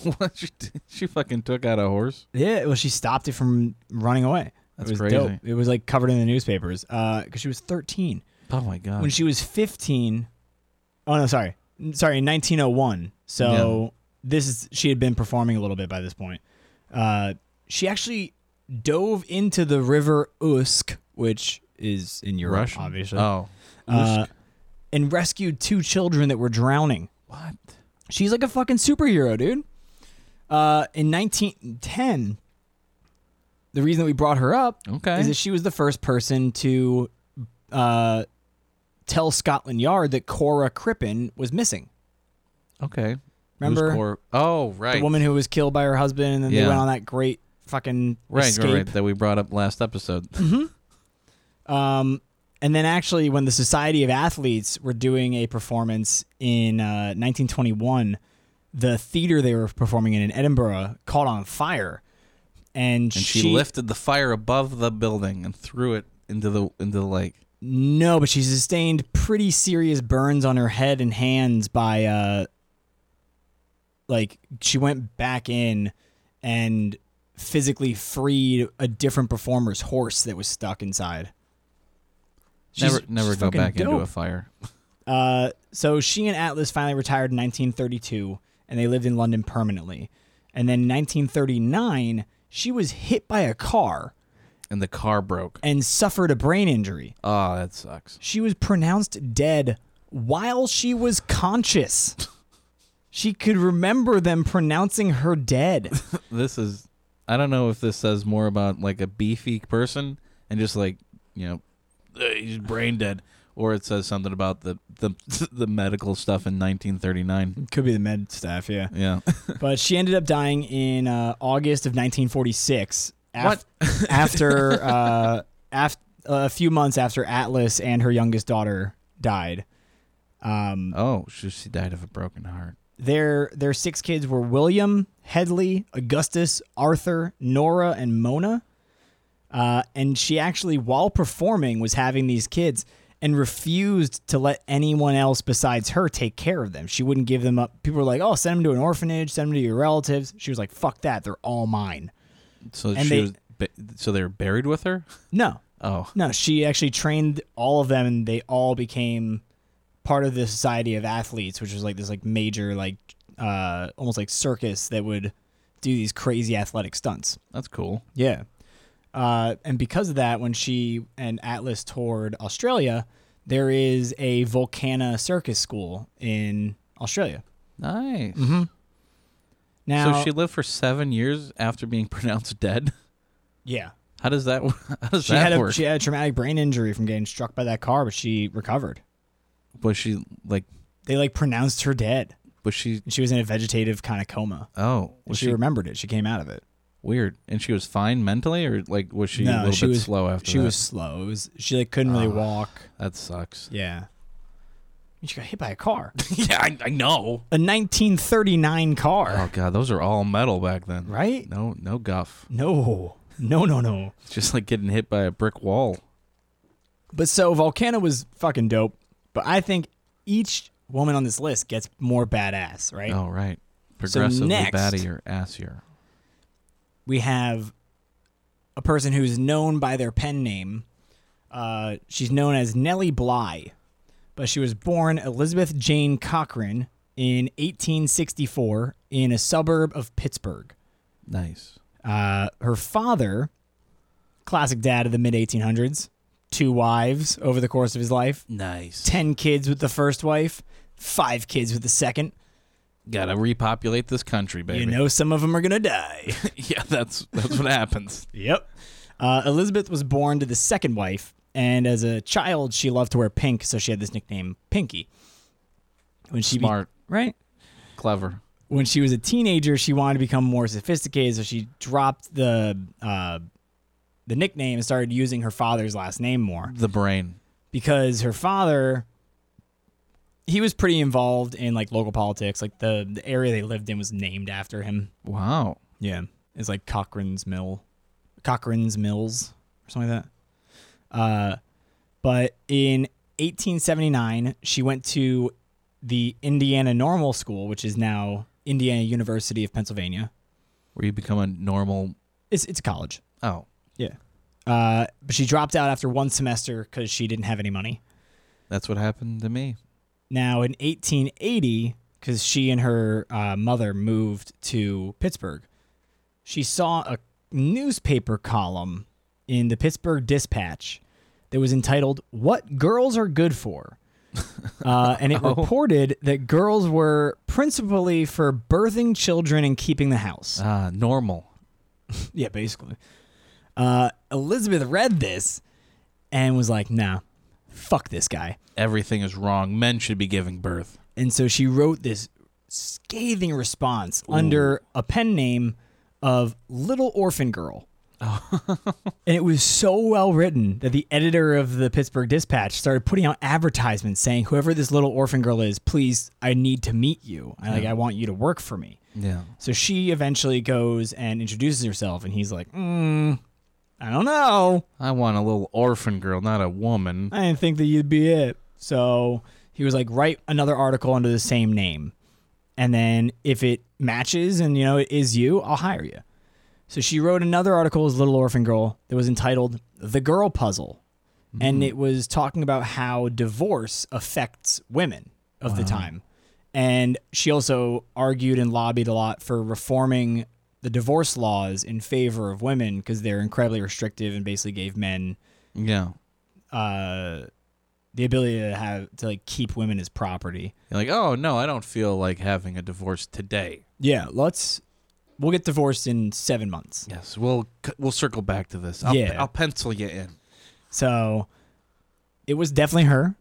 What she, did- she fucking took out a horse.
Yeah, well, she stopped it from running away.
That's
it was
crazy.
dope. It was like covered in the newspapers because she was 13.
Oh my god.
when she was 15 oh no sorry N- sorry in 1901 so this is she had been performing a little bit by this point uh, she actually dove into the river Usk, which is in Europe,
Russian.
obviously,
Oh.
uh, and rescued two children that were drowning.
What?
She's like a fucking superhero, dude. Uh, in 1910, the reason that we brought her up
Okay.
is that she was the first person to uh, tell Scotland Yard that Cora Crippen was missing.
okay. Who's
Remember
Cor- oh, right.
the woman who was killed by her husband, and then they
Yeah.
went on that great fucking
right,
escape.
right, right, that we brought up last episode.
Um, and then actually, when the Society of Athletes were doing a performance in uh, 1921, the theater they were performing in in Edinburgh caught on fire, and,
and she, lifted the fire above the building and threw it into the into the lake.
No, but she sustained pretty serious burns on her head and hands by uh like she went back in and physically freed a different performer's horse that was stuck inside. She's-
never never
she's
go
fucking
back into
dope.
a fire.
Uh, so she and Atlas finally retired in 1932, and they lived in London permanently. And then in 1939, she was hit by a car
And the car broke.
and suffered a brain injury.
Oh, that sucks.
She was pronounced dead while she was conscious. she could remember them pronouncing her dead.
This is I don't know if this says more about like a beefy person and just like, you know, "Eh, he's brain dead or it says something about the the the medical stuff in 1939.
Could be the med staff, yeah.
Yeah.
But she ended up dying in uh, August of 1946.
What?
after uh, af- a few months after Atlas and her youngest daughter died. Um,
Oh, she, she died of a broken heart.
their their six kids were William, Headley, Augustus, Arthur, Nora, and Mona. Uh, and she actually, while performing, was having these kids and refused to let anyone else besides her take care of them. She wouldn't give them up. People were like, "Oh, send them to an orphanage. Send them to your relatives." She was like, "Fuck that. They're all mine."
So
And
she
they-
was ba- so they were buried with her?
No,
Oh.
No, she actually trained all of them, and they all became part of the Society of Athletes, which was like this like major like uh, almost like circus that would do these crazy athletic stunts.
That's cool.
Yeah. Uh, and because of that, when she and Atlas toured Australia, there is a Volcana circus school in Australia.
Nice.
Mm-hmm. Now,
so she lived for seven years after being pronounced dead.
yeah,
How does that? wo- How does
she
that
had a,
work?
she had a traumatic brain injury from getting struck by that car, but she recovered.
was she like?
They like pronounced her dead.
Was she?
She was in a vegetative kind of coma.
Oh,
Well,
was
she,
she,
remembered it. She came out of it.
weird? And she was fine mentally, or like was she a
no,
little
she
bit
was
slow after
She
that?
was slow. It was she like couldn't really walk.
that sucks.
Yeah, And Ah. she got hit by a car,
yeah, I, I know.
a 1939 car.
Oh god, those are all metal back then,
Right?
No, no guff.
No, no, no, no.
It's just like getting hit by a brick wall.
But so Volcano was fucking dope. But I think each woman on this list gets more badass. Right?
Oh right, progressively
next-
battier, assier.
We have a person who's known by their pen name. Uh, she's known as Nellie Bly, but she was born Elizabeth Jane Cochran in 1864 in a suburb of Pittsburgh.
Nice.
Uh, her father, classic dad of the mid 1800s, two wives over the course of his life,
Nice.
10 kids with the first wife, five kids with the second.
Gotta repopulate this country, baby.
You know, some of them are going to die.
yeah, that's that's what happens.
Yep. Uh, Elizabeth was born to the second wife, and as a child, she loved to wear pink, so she had this nickname, Pinky. When she be-
Smart,
right?
clever.
When she was a teenager, she wanted to become more sophisticated, so she dropped the uh, the nickname and started using her father's last name more
The brain.
because her father he was pretty involved in like local politics. Like the the area they lived in was named after him.
Wow.
Yeah. It's like Cochrane's Mill. Cochrane's Mills or something like that. Uh, but in 1879, she went to the Indiana Normal School, which is now Indiana University of Pennsylvania.
Where you become a normal.
It's, it's a college.
Oh,
Yeah. Uh, but she dropped out after one semester because she didn't have any money.
that's what happened to me.
Now, in 1880, because she and her uh, mother moved to Pittsburgh, she saw a newspaper column in the Pittsburgh Dispatch that was entitled "What Girls Are Good For," uh, and it reported that girls were principally for birthing children and keeping the house.
Ah, normal.
Yeah, basically. Uh, Elizabeth read this and was like, nah, fuck this guy.
Everything is wrong. Men should be giving birth.
And so she wrote this scathing response under a pen name of Little Orphan Girl. and it was so well written that the editor of the Pittsburgh Dispatch started putting out advertisements saying, "Whoever this little orphan girl is, please, I need to meet you. I like, I want you to work for me."
Yeah.
So she eventually goes and introduces herself, and he's like, mm, I don't know.
I want a little orphan girl, not a woman.
I didn't think that you'd be it. So he was like, write another article under the same name. And then if it matches and, you know, it is you, I'll hire you. So she wrote another article as Little Orphan Girl that was entitled The Girl Puzzle. And it was talking about how divorce affects women of the time. And she also argued and lobbied a lot for reforming the divorce laws in favor of women because they're incredibly restrictive and basically gave men
Yeah.
uh, the ability to have to like keep women as property.
You're like, oh no, I don't feel like having a divorce today.
Yeah, let's. We'll get divorced in seven months.
Yes, we'll c- we'll circle back to this. I'll,
Yeah.
I'll pencil you in.
So it was definitely her,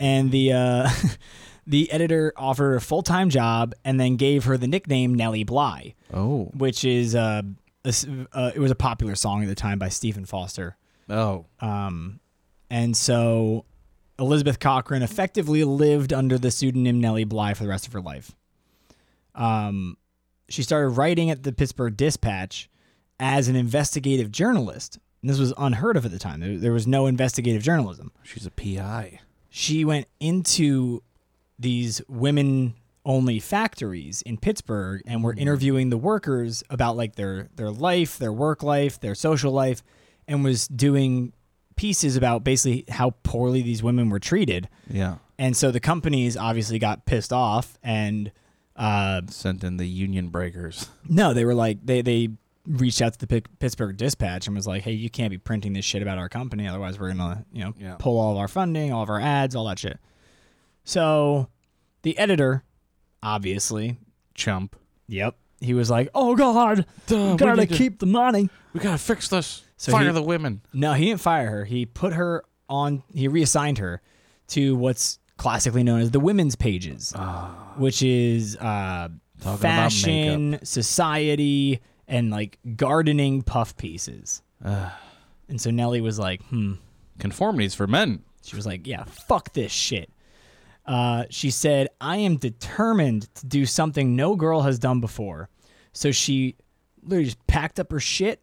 and the uh, the editor offered her a full time job and then gave her the nickname Nellie Bly,
Oh,
which is uh, a s uh, it was a popular song at the time by Stephen Foster.
oh,
Um, and so Elizabeth Cochran effectively lived under the pseudonym Nellie Bly for the rest of her life. Um, she started writing at the Pittsburgh Dispatch as an investigative journalist. And this was unheard of at the time. There, there was no investigative journalism.
she's a PI.
She went into these women only factories in Pittsburgh and were interviewing the workers about like their their life, their work life, their social life and was doing pieces about basically how poorly these women were treated.
Yeah,
And so the companies obviously got pissed off and uh,
sent in the union breakers.
no, they were like they they reached out to the Pitt- Pittsburgh Dispatch and was like, "Hey, you can't be printing this shit about our company, otherwise we're gonna you know
Yeah.
pull all of our funding, all of our ads, all that shit." So the editor, obviously,
Chump.
yep, he was like, "Oh God,
Duh, we
gotta
need to-
keep the money."
We gotta fix this.
So
Fire
he-
the women.
No, he didn't fire her. He put her on. He reassigned her to what's classically known as the women's pages, which is uh,
about
fashion, society, and like gardening puff pieces. and so Nellie was like, "Hmm."
Conformities for men.
She was like, "Yeah, fuck this shit." Uh, she said, "I am determined to do something no girl has done before." So she literally just packed up her shit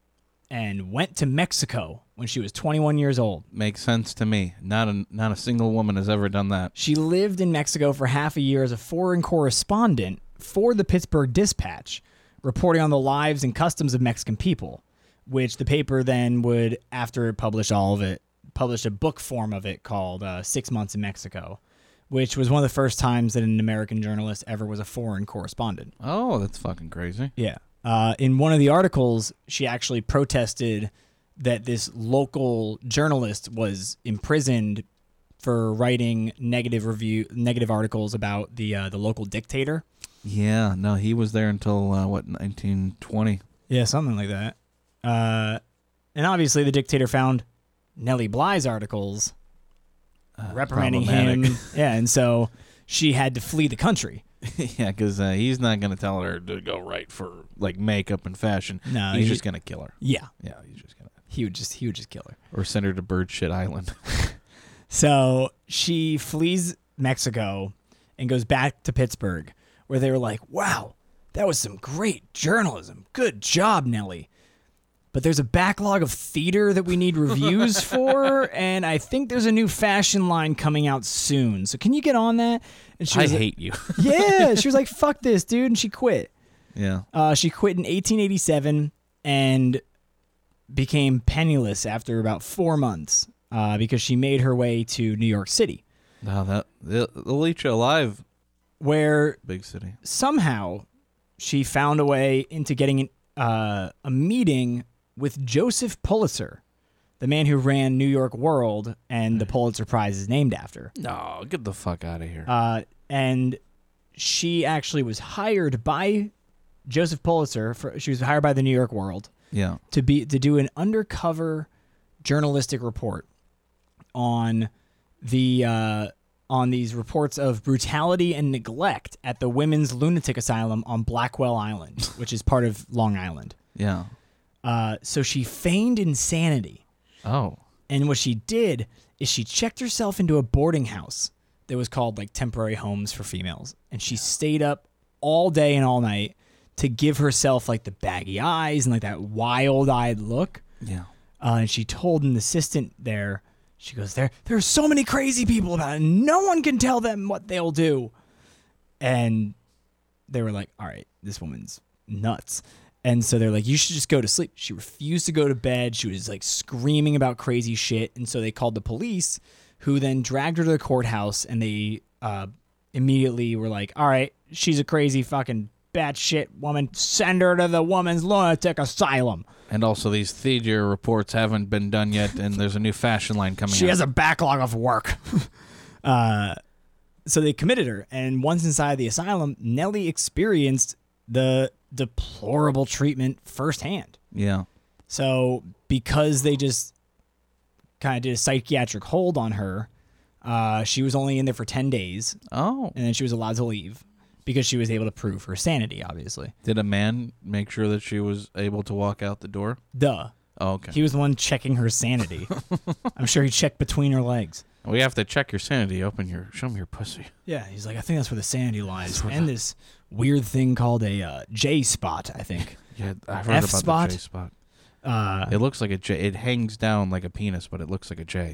and went to Mexico when she was 21 years old.
Makes sense to me. Not a not a single woman has ever done that.
She lived in Mexico for half a year as a foreign correspondent for the Pittsburgh Dispatch, reporting on the lives and customs of Mexican people, which the paper then would, after it published all of it, published a book form of it called uh, Six Months in Mexico, which was one of the first times that an American journalist ever was a foreign correspondent.
Oh, that's fucking crazy.
Yeah. Uh, in one of the articles, she actually protested that this local journalist was imprisoned for writing negative review, negative articles about the uh, the local dictator.
Yeah, no, he was there until uh, what 1920.
Yeah, something like that. Uh, and obviously, the dictator found Nellie Bly's articles Uh, reprimanding him.
problematic.
yeah, and so she had to flee the country.
yeah, because uh, he's not gonna tell her to go right for like makeup and fashion.
No,
he's
he-
just gonna kill her.
Yeah,
Yeah, he's just gonna
he would just he would just kill her.
or send her to Bird Shit Island.
So she flees Mexico and goes back to Pittsburgh, where they were like, wow, that was some great journalism. Good job, Nellie. But there's a backlog of theater that we need reviews for, and I think there's a new fashion line coming out soon. So can you get on that? And she
I
was like,
hate you.
Yeah. She was like, fuck this, dude, and she quit.
yeah.
Uh, she quit in 1887 and became penniless after about four months uh, because she made her way to New York City,
No, that they'll, they'll eat you alive,
where
big city.
somehow she found a way into getting an, uh, a meeting with Joseph Pulitzer, the man who ran New York World and the Pulitzer Prize is named after.
No, get the fuck out of here.
Uh, and she actually was hired by Joseph Pulitzer. For, she was hired by the New York World
yeah.
to be to do an undercover journalistic report on the uh, on these reports of brutality and neglect at the women's lunatic asylum on Blackwell Island, which is part of Long Island.
Yeah.
Uh, so she feigned insanity,
Oh.
and what she did is she checked herself into a boarding house that was called like temporary homes for females, and she stayed up all day and all night to give herself like the baggy eyes and like that wild-eyed look.
Yeah.
Uh, and she told an assistant there, she goes, "There, there are so many crazy people about it. And no one can tell them what they'll do." And they were like, "All right, this woman's nuts." And so they're like, "You should just go to sleep." She refused to go to bed. She was like screaming about crazy shit. And so they called the police, who then dragged her to the courthouse, and they uh, immediately were like, "All right, she's a crazy fucking batshit woman. Send her to the woman's lunatic asylum."
And also, these theater reports haven't been done yet, and there's a new fashion line coming
She
out.
has a backlog of work. uh, so they committed her, and once inside the asylum, Nellie experienced the deplorable treatment firsthand.
yeah.
So because they just kind of did a psychiatric hold on her, uh, she was only in there for ten days,
Oh.
and then she was allowed to leave because she was able to prove her sanity. Obviously,
Did a man make sure that she was able to walk out the door?
duh.
Oh, okay.
He was the one checking her sanity. I'm sure he checked between her legs.
we have to check your sanity. Open your. Show me your pussy.
Yeah, he's like, I think that's where the sanity lies, and this weird thing called a uh, J spot. I think.
Yeah, I've heard
F
about
spot?
the J spot.
Uh,
It looks like a J. It hangs down like a penis, but it looks like a J.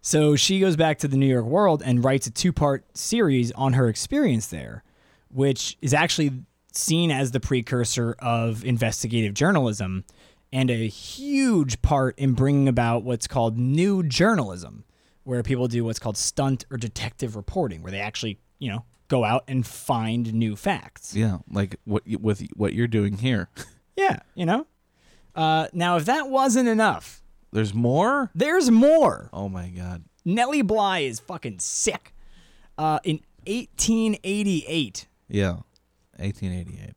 so she goes back to the New York World and writes a two-part series on her experience there, which is actually seen as the precursor of investigative journalism and a huge part in bringing about what's called new journalism, where people do what's called stunt or detective reporting, where they actually, you know, go out and find new facts.
yeah, like what you- with what you're doing here.
Yeah, you know. Uh, now, if that wasn't enough,
There's more.
there's more.
Oh my god.
Nellie Bly is fucking sick. Uh, in 1888,
Yeah, 1888.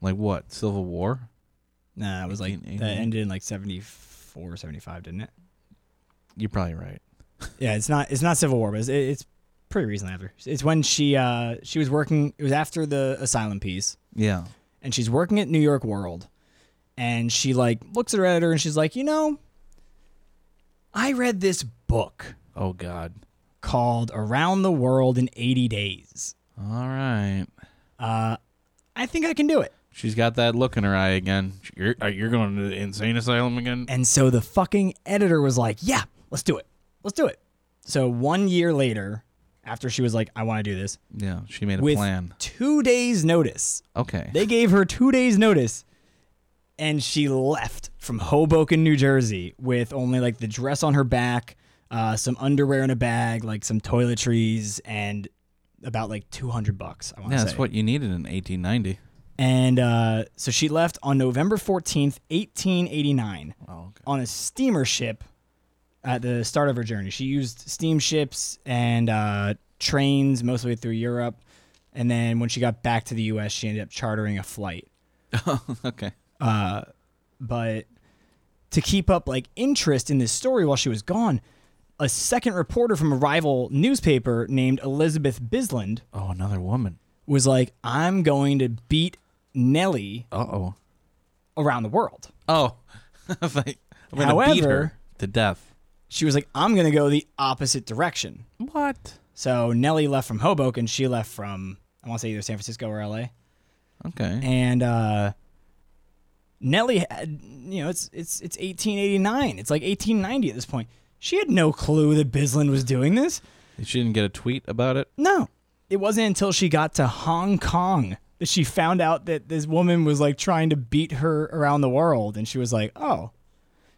Like what? Civil War?
nah, it was like that
1888?
ended in like 74, 75, didn't it?
You're probably right.
Yeah, it's not it's not Civil War, but it's, it's pretty recently after. It's when she uh, she was working. It was after the asylum piece.
Yeah.
and she's working at New York World, and she like looks at her editor and she's like, you know, I read this book
Oh God.
called Around the World in 80 Days.
All right.
I think I can do it.
She's got that look in her eye again. You're uh, you're going to the insane asylum again?
And so the fucking editor was like, yeah, let's do it. Let's do it. So one year later, after she was like, I want to do this,
Yeah. She made a
with
plan.
two days' notice,
Okay.
they gave her two days' notice. And she left from Hoboken, New Jersey, with only like the dress on her back, uh, some underwear in a bag, like some toiletries, and about like 200 bucks. I want to
yeah,
say.
that's what you needed in 1890.
And uh, so she left on November 14th, 1889,
Oh, okay.
on a steamer ship at the start of her journey. She used steamships and uh, trains mostly through Europe. And then when she got back to the US, she ended up chartering a flight.
okay.
But to keep up like interest in this story while she was gone, a second reporter from a rival newspaper named Elizabeth Bisland
Oh, another woman.
was like, I'm going to beat Nellie
Uh oh.
around the world.
Oh. I'm gonna beat
However-
her to death.
she was like, I'm going to go the opposite direction.
What?
So Nellie left from Hoboken. She left from, I want to say either San Francisco or LA.
Okay.
And uh, Nellie had, you know, it's, it's, it's 1889. It's like 1890 at this point. She had no clue that Bisland was doing this.
She didn't get a tweet about it.
No. It wasn't until she got to Hong Kong that she found out that this woman was like trying to beat her around the world. And she was like, oh.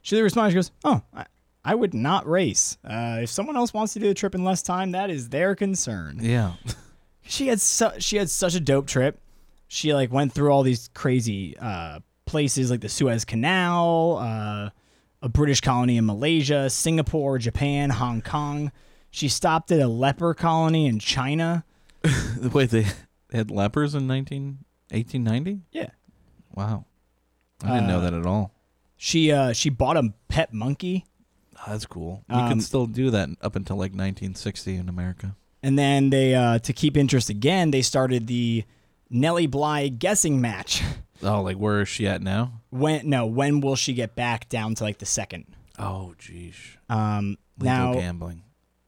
She responded, she goes, oh, I, I would not race. Uh, if someone else wants to do the trip in less time, that is their concern.
Yeah.
She had, su- she had such a dope trip. she like went through all these crazy uh, places like the Suez Canal, uh, a British colony in Malaysia, Singapore, Japan, Hong Kong. She stopped at a leper colony in China.
Wait, they had lepers in 19, 1890?
Yeah.
Wow. I didn't know
Uh,
that at all.
She uh, she bought a pet monkey,
Oh, that's cool. You
um,
could still do that up until like 1960 in America.
and then they uh, to keep interest again, they started the Nellie Bly guessing match.
Oh, like where is she at now?
when no, when will she get back down to like the second?
Oh, geez.
Um,
Legal
now
gambling.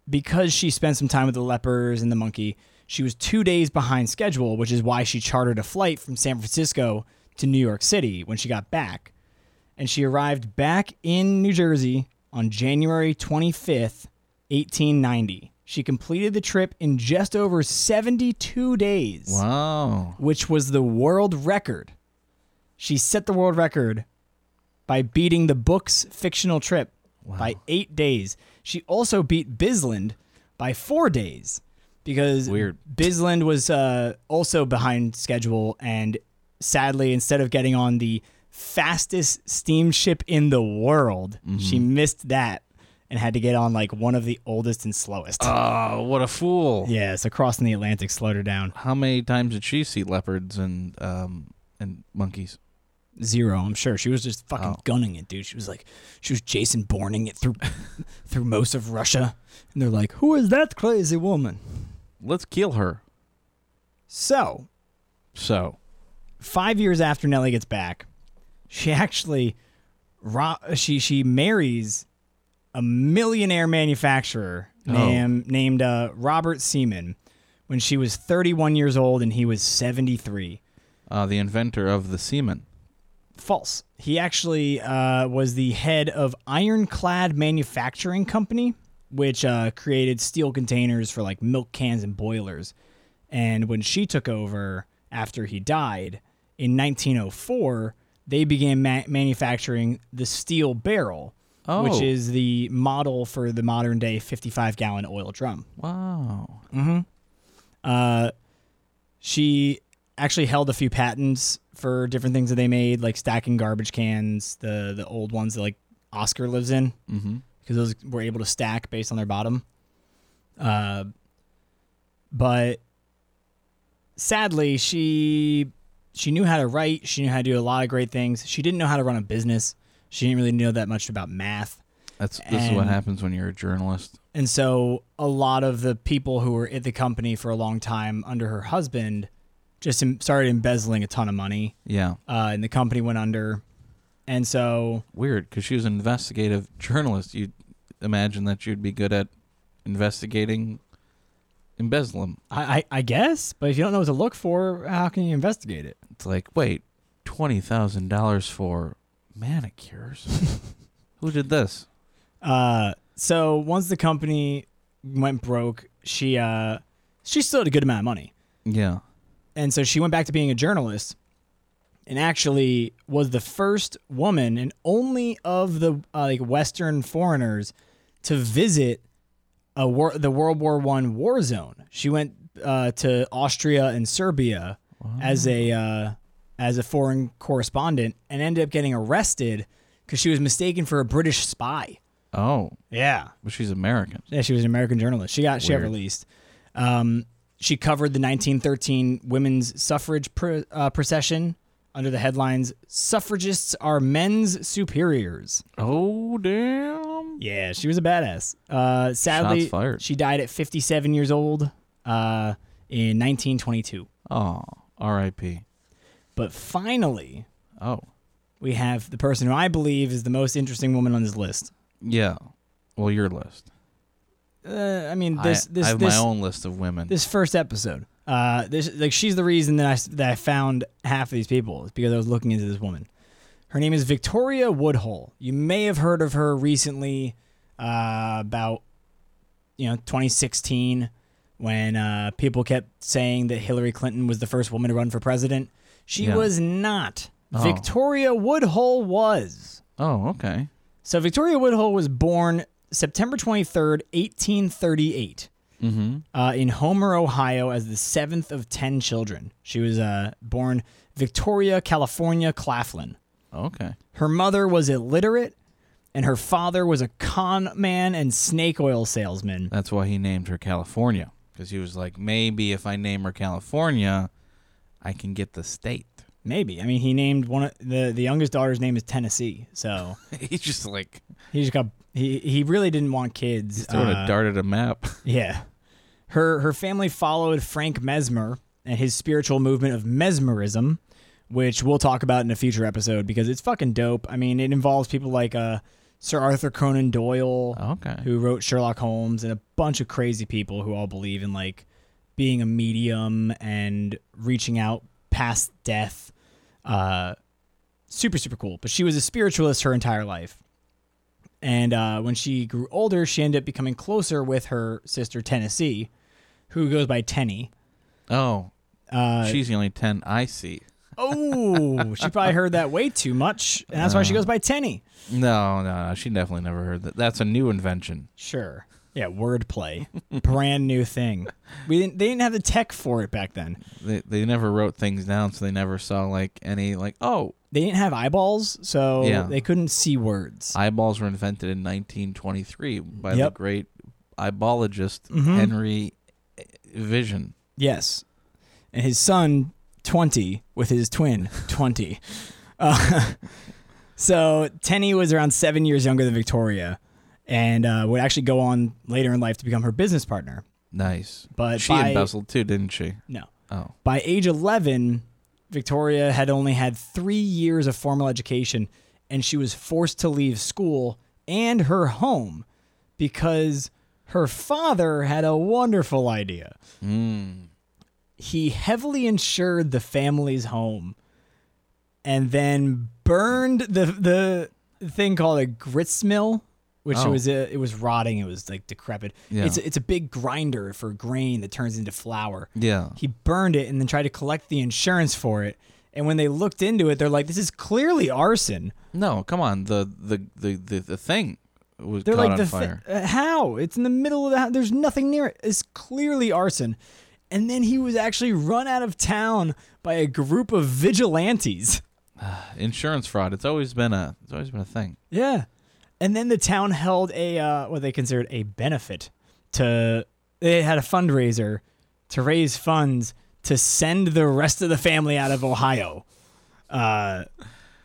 because she spent some time with the lepers and the monkey, she was two days behind schedule, which is why she chartered a flight from San Francisco to New York City when she got back. And she arrived back in New Jersey on January 25th, 1890. She completed the trip in just over 72 days,
Wow.
which was the world record. She set the world record by beating the book's fictional trip
Wow.
by eight days. She also beat Bisland by four days because
Weird.
Bisland was uh, also behind schedule and sadly, instead of getting on the fastest steamship in the world, she
Mm-hmm.
missed that and had to get on like one of the oldest and slowest.
Oh, what a fool.
yeah, so crossing the Atlantic slowed her down.
How many times did she see leopards and um and monkeys?
Zero, I'm sure. She was just fucking
Oh.
gunning it, dude. She was like, she was Jason Bourning it through through most of Russia, and they're like, "Who is that crazy woman?"
Let's kill her.
So
So,
five years after Nellie gets back, she actually ro- she she marries a millionaire manufacturer
Oh.
named named uh, Robert Seaman when she was 31 years old and he was 73.
uh, the inventor of the semen.
False. He actually uh, was the head of Ironclad Manufacturing Company, which uh, created steel containers for like milk cans and boilers. And when she took over after he died in 1904, they began ma- manufacturing the steel barrel,
Oh.
which is the model for the modern day 55 gallon oil drum.
Wow.
Uh, she actually held a few patents for different things that they made, like stacking garbage cans, the the old ones that like Oscar lives in, because mm-hmm. those were able to stack based on their bottom. Uh, but sadly, she she knew how to write. She knew how to do a lot of great things. She didn't know how to run a business. She didn't really know that much about math.
That's this is what
And-
happens when you're a journalist.
And so a lot of the people who were at the company for a long time under her husband just em- started embezzling a ton of money,
Yeah.
uh, and the company went under. And so,
Weird, because she was an investigative journalist. You'd imagine that you'd be good at investigating embezzlement.
I, I, I guess, but if you don't know what to look for, how can you investigate it?
It's like, wait, twenty thousand dollars for manicures? Who did this?
Uh, so once the company went broke, she uh, she still had a good amount of money,
Yeah.
and so she went back to being a journalist, and actually was the first woman and only of the uh, like Western foreigners to visit a war- the World War One war zone. She went uh, to Austria and Serbia as a uh, as a foreign correspondent and ended up getting arrested because she was mistaken for a British spy.
Oh,
Yeah,
but she's American.
yeah, she was an American journalist. She got she got
Weird.
released. Um, she covered the 1913 women's suffrage pro, uh, procession under the headlines "Suffragists are men's superiors."
Oh damn.
Yeah, she was a badass. Uh, sadly,
Shots fired.
she died at 57 years old uh, in 1922.
Oh, R.I.P.
But finally,
Oh,
we have the person who I believe is the most interesting woman on this list.
yeah. Well, your list.
Uh, I mean,
I-
this
I,
this
have
this,
my own list of women.
this first episode. Uh, this like she's the reason that I s- that I found half of these people is because I was looking into this woman. Her name is Victoria Woodhull. You may have heard of her recently, uh, about you know 2016 when uh, people kept saying that Hillary Clinton was the first woman to run for president. She
Yeah.
was not.
Oh.
Victoria Woodhull was.
oh, okay.
So Victoria Woodhull was born September 23rd, 1838. uh, in Homer, Ohio, as the seventh of ten children. She was uh, born Victoria California Claflin.
Okay.
Her mother was illiterate, and her father was a con man and snake oil salesman.
That's why he named her California. Because he was like, maybe if I name her California, I can get the state.
Maybe I mean he named one of the the youngest daughter's name is Tennessee, so
He's just like,
he just got he he really didn't want kids.
sort
uh,
of darted a map.
Yeah. Her her family followed Frank Mesmer and his spiritual movement of mesmerism, which we'll talk about in a future episode because it's fucking dope. I mean, it involves people like uh Sir Arthur Conan Doyle,
Okay.
who wrote Sherlock Holmes, and a bunch of crazy people who all believe in like being a medium and reaching out past death. Uh, super, super cool. But she was a spiritualist her entire life. And uh, when she grew older, she ended up becoming closer with her sister Tennessee, who goes by Tenny.
Oh,
Uh,
she's the only 10 I see.
oh, she probably heard that way too much, and that's why she goes by Tenny.
No, no, no. She definitely never heard that. That's a new invention.
Sure. Yeah, wordplay, brand new thing. We didn't, they didn't have the tech for it back then.
They, they never wrote things down, so they never saw like any, like, oh,
they didn't have eyeballs, so
Yeah.
they couldn't see words.
eyeballs were invented in 1923 by
Yep. Mm-hmm.
the great eyebologist Henry eh, Vision.
yes. And his son, 20, with his twin, 20. Uh, so Tenny was around seven years younger than Victoria and uh, would actually go on later in life to become her business partner.
Nice.
But
she
by,
embezzled too, didn't she?
No.
Oh.
By age 11, Victoria had only had three years of formal education, and she was forced to leave school and her home because her father had a wonderful idea.
Hmm.
He heavily insured the family's home and then burned the, the thing called a grist mill. Which
Oh.
was a, it was rotting. It was like decrepit.
Yeah.
It's it's a big grinder for grain that turns into flour.
Yeah.
He burned it and then tried to collect the insurance for it. And when they looked into it, they're like, "This is clearly arson."
No, come on. The the the the, the thing was
They're
caught
like,
on
"The fi-
fire.
uh, how? It's in the middle of the house. There's nothing near it. It's clearly arson." And then he was actually run out of town by a group of vigilantes.
Insurance fraud. It's always been a it's always been a thing.
Yeah. And then the town held a uh, what they considered a benefit to they had a fundraiser to raise funds to send the rest of the family out of Ohio. Uh,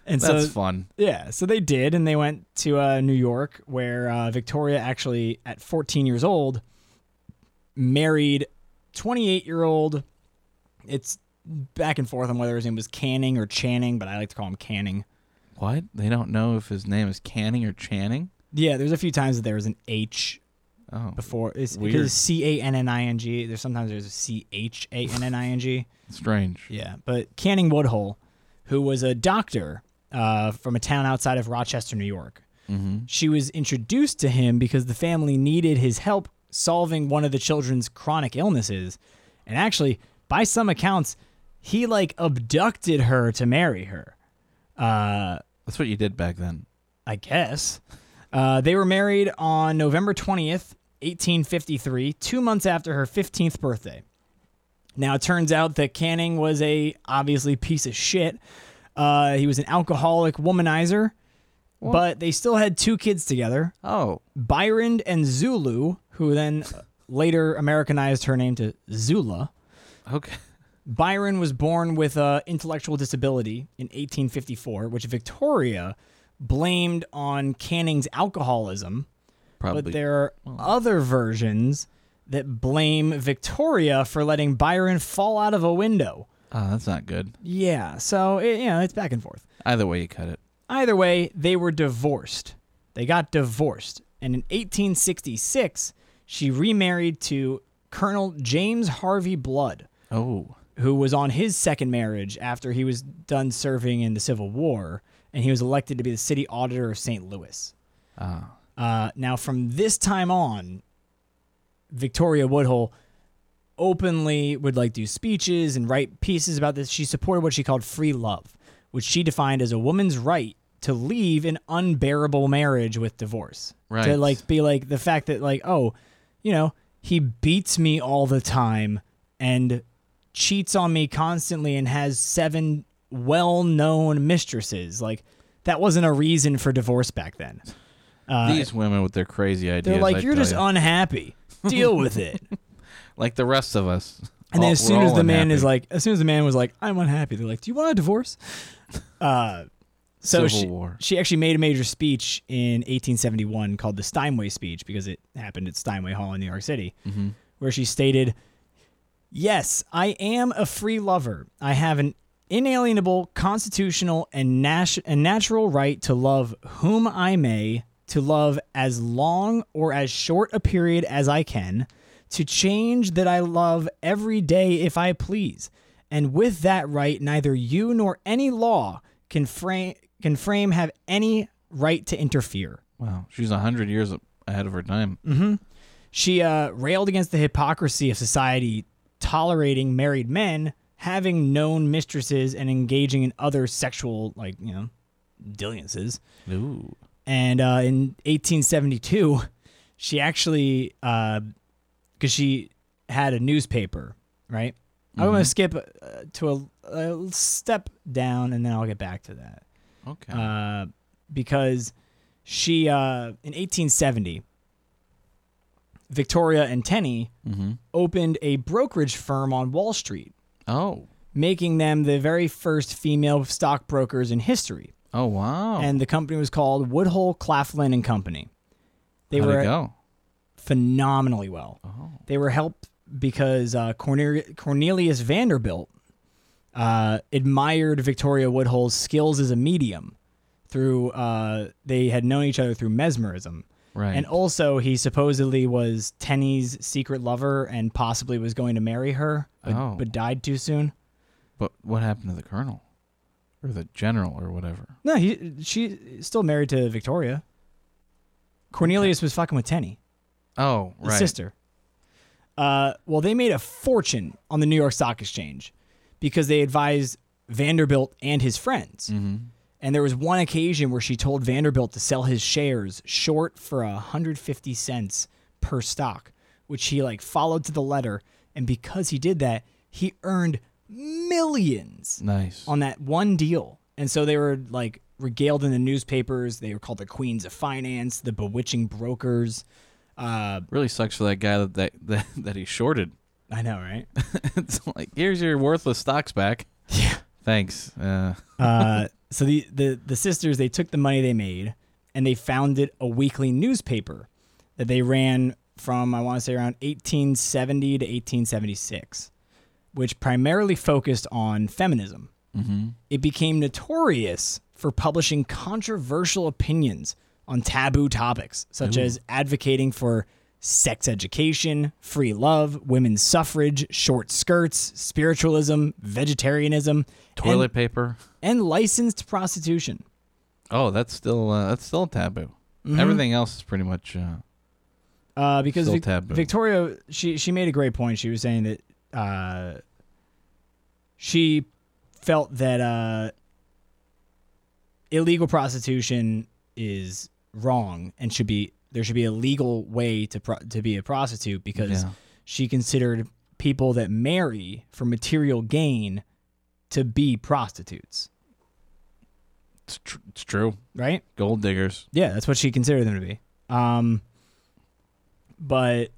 and
That's
so
fun.
Yeah, so they did, and they went to uh, New York, where uh, Victoria actually, at 14 years old, married 28 year old. It's back and forth on whether his name was Canning or Channing, but I like to call him Canning.
What? They don't know if his name is Canning or Channing?
Yeah, there's a few times that there was an H
Oh.
before. It's
Weird.
because it's C A N N I N G. There's sometimes there's a C H A N N I N G.
Strange.
Yeah, but Canning Woodhull, who was a doctor uh, from a town outside of Rochester, New York, she was introduced to him because the family needed his help solving one of the children's chronic illnesses. And actually, by some accounts, he like abducted her to marry her. Uh,
That's what you did back then.
I guess. Uh, they were married on November 20th, 1853, two months after her 15th birthday. Now, it turns out that Canning was a obviously piece of shit. Uh, he was an alcoholic womanizer, but they still had two kids together
Oh.
Byron and Zulu, who then later Americanized her name to Zula.
Okay.
Byron was born with a intellectual disability in 1854, which Victoria blamed on Canning's alcoholism,
Probably.
but there are other versions that blame Victoria for letting Byron fall out of a window.
oh, that's not good.
Yeah, so it, you know, it's back and forth.
Either way you cut it.
Either way, they were divorced. They got divorced. And in 1866, she remarried to Colonel James Harvey Blood,
Oh.
who was on his second marriage after he was done serving in the Civil War, and he was elected to be the city auditor of St. Louis. Uh, now, from this time on, Victoria Woodhull openly would like do speeches and write pieces about this. She supported what she called free love, which she defined as a woman's right to leave an unbearable marriage with divorce.
Right.
To like be like the fact that like oh, you know, he beats me all the time and cheats on me constantly and has seven well-known mistresses. Like that wasn't a reason for divorce back then. Uh,
These women with their crazy ideas.
they're like
I
you're
tell
just
ya.
unhappy. Deal with it.
like the rest of us.
And then
All-
as
Oh, we're
soon as
all
the man is
unhappy.
like, as soon as the man was like, I'm unhappy, they're like, Do you want a divorce? Uh, so
Civil
she,
War.
she actually made a major speech in 1871 called the Steinway Speech because it happened at Steinway Hall in New York City,
Mm-hmm.
where she stated, Yes, I am a free lover. I have an inalienable constitutional and, nat- and natural right to love whom I may, to love as long or as short a period as I can, to change that I love every day if I please. And with that right, neither you nor any law can frame can frame have any right to interfere.
Wow, she's hundred years ahead of her time.
Mm. She uh, railed against the hypocrisy of society tolerating married men having known mistresses and engaging in other sexual, like, you know, dalliances.
Ooh,
And uh, in 1872, she actually, because she had a newspaper, right? I'm going to skip uh, to a, a step down and then I'll get back to that
okay.
uh, because she uh, in 1870 victoria and tenney
Mm-hmm.
opened a brokerage firm on wall street
oh,
making them the very first female stockbrokers in history
oh wow.
and the company was called woodhull claflin and company they
How'd it
were
go?
phenomenally well.
Oh.
They were helped because uh, Cornel- Cornelius Vanderbilt uh, admired Victoria Woodhull's skills as a medium. Through uh, they had known each other through mesmerism,
Right.
and also he supposedly was Tenny's secret lover and possibly was going to marry her, but,
Oh.
but died too soon.
but what happened to the colonel, or the general, or whatever?
No, he she still married to Victoria. Cornelius was fucking with Tenny.
Oh,
the
right.
sister. Uh, well, they made a fortune on the New York Stock Exchange because they advised Vanderbilt and his friends. And there was one occasion where she told Vanderbilt to sell his shares short for 150 cents per stock, which he like followed to the letter. And because he did that, he earned millions
Nice.
on that one deal. And so they were like regaled in the newspapers. They were called the queens of finance, the bewitching brokers. Uh,
really sucks for that guy that that that, that he shorted.
I know, right?
it's like here's your worthless stocks back.
Yeah.
Thanks. Uh,
uh, so the, the the sisters they took the money they made and they founded a weekly newspaper that they ran from I want to say around 1870 to 1876, which primarily focused on feminism. It became notorious for publishing controversial opinions on taboo topics such as advocating for sex education, free love, women's suffrage, short skirts, spiritualism, vegetarianism, and-
toilet paper.
and licensed prostitution.
Oh, that's still uh, that's still taboo. Everything else is pretty much. Uh,
Uh, because
Still
Vic-
taboo.
Victoria, she she made a great point. She was saying that uh, she felt that uh, illegal prostitution is wrong and should be there should be a legal way to pro- to be a prostitute because
Yeah.
she considered people that marry for material gain to be prostitutes,
it's, tr- it's true.
right?
Gold diggers.
Yeah, that's what she considered them to be. Um, but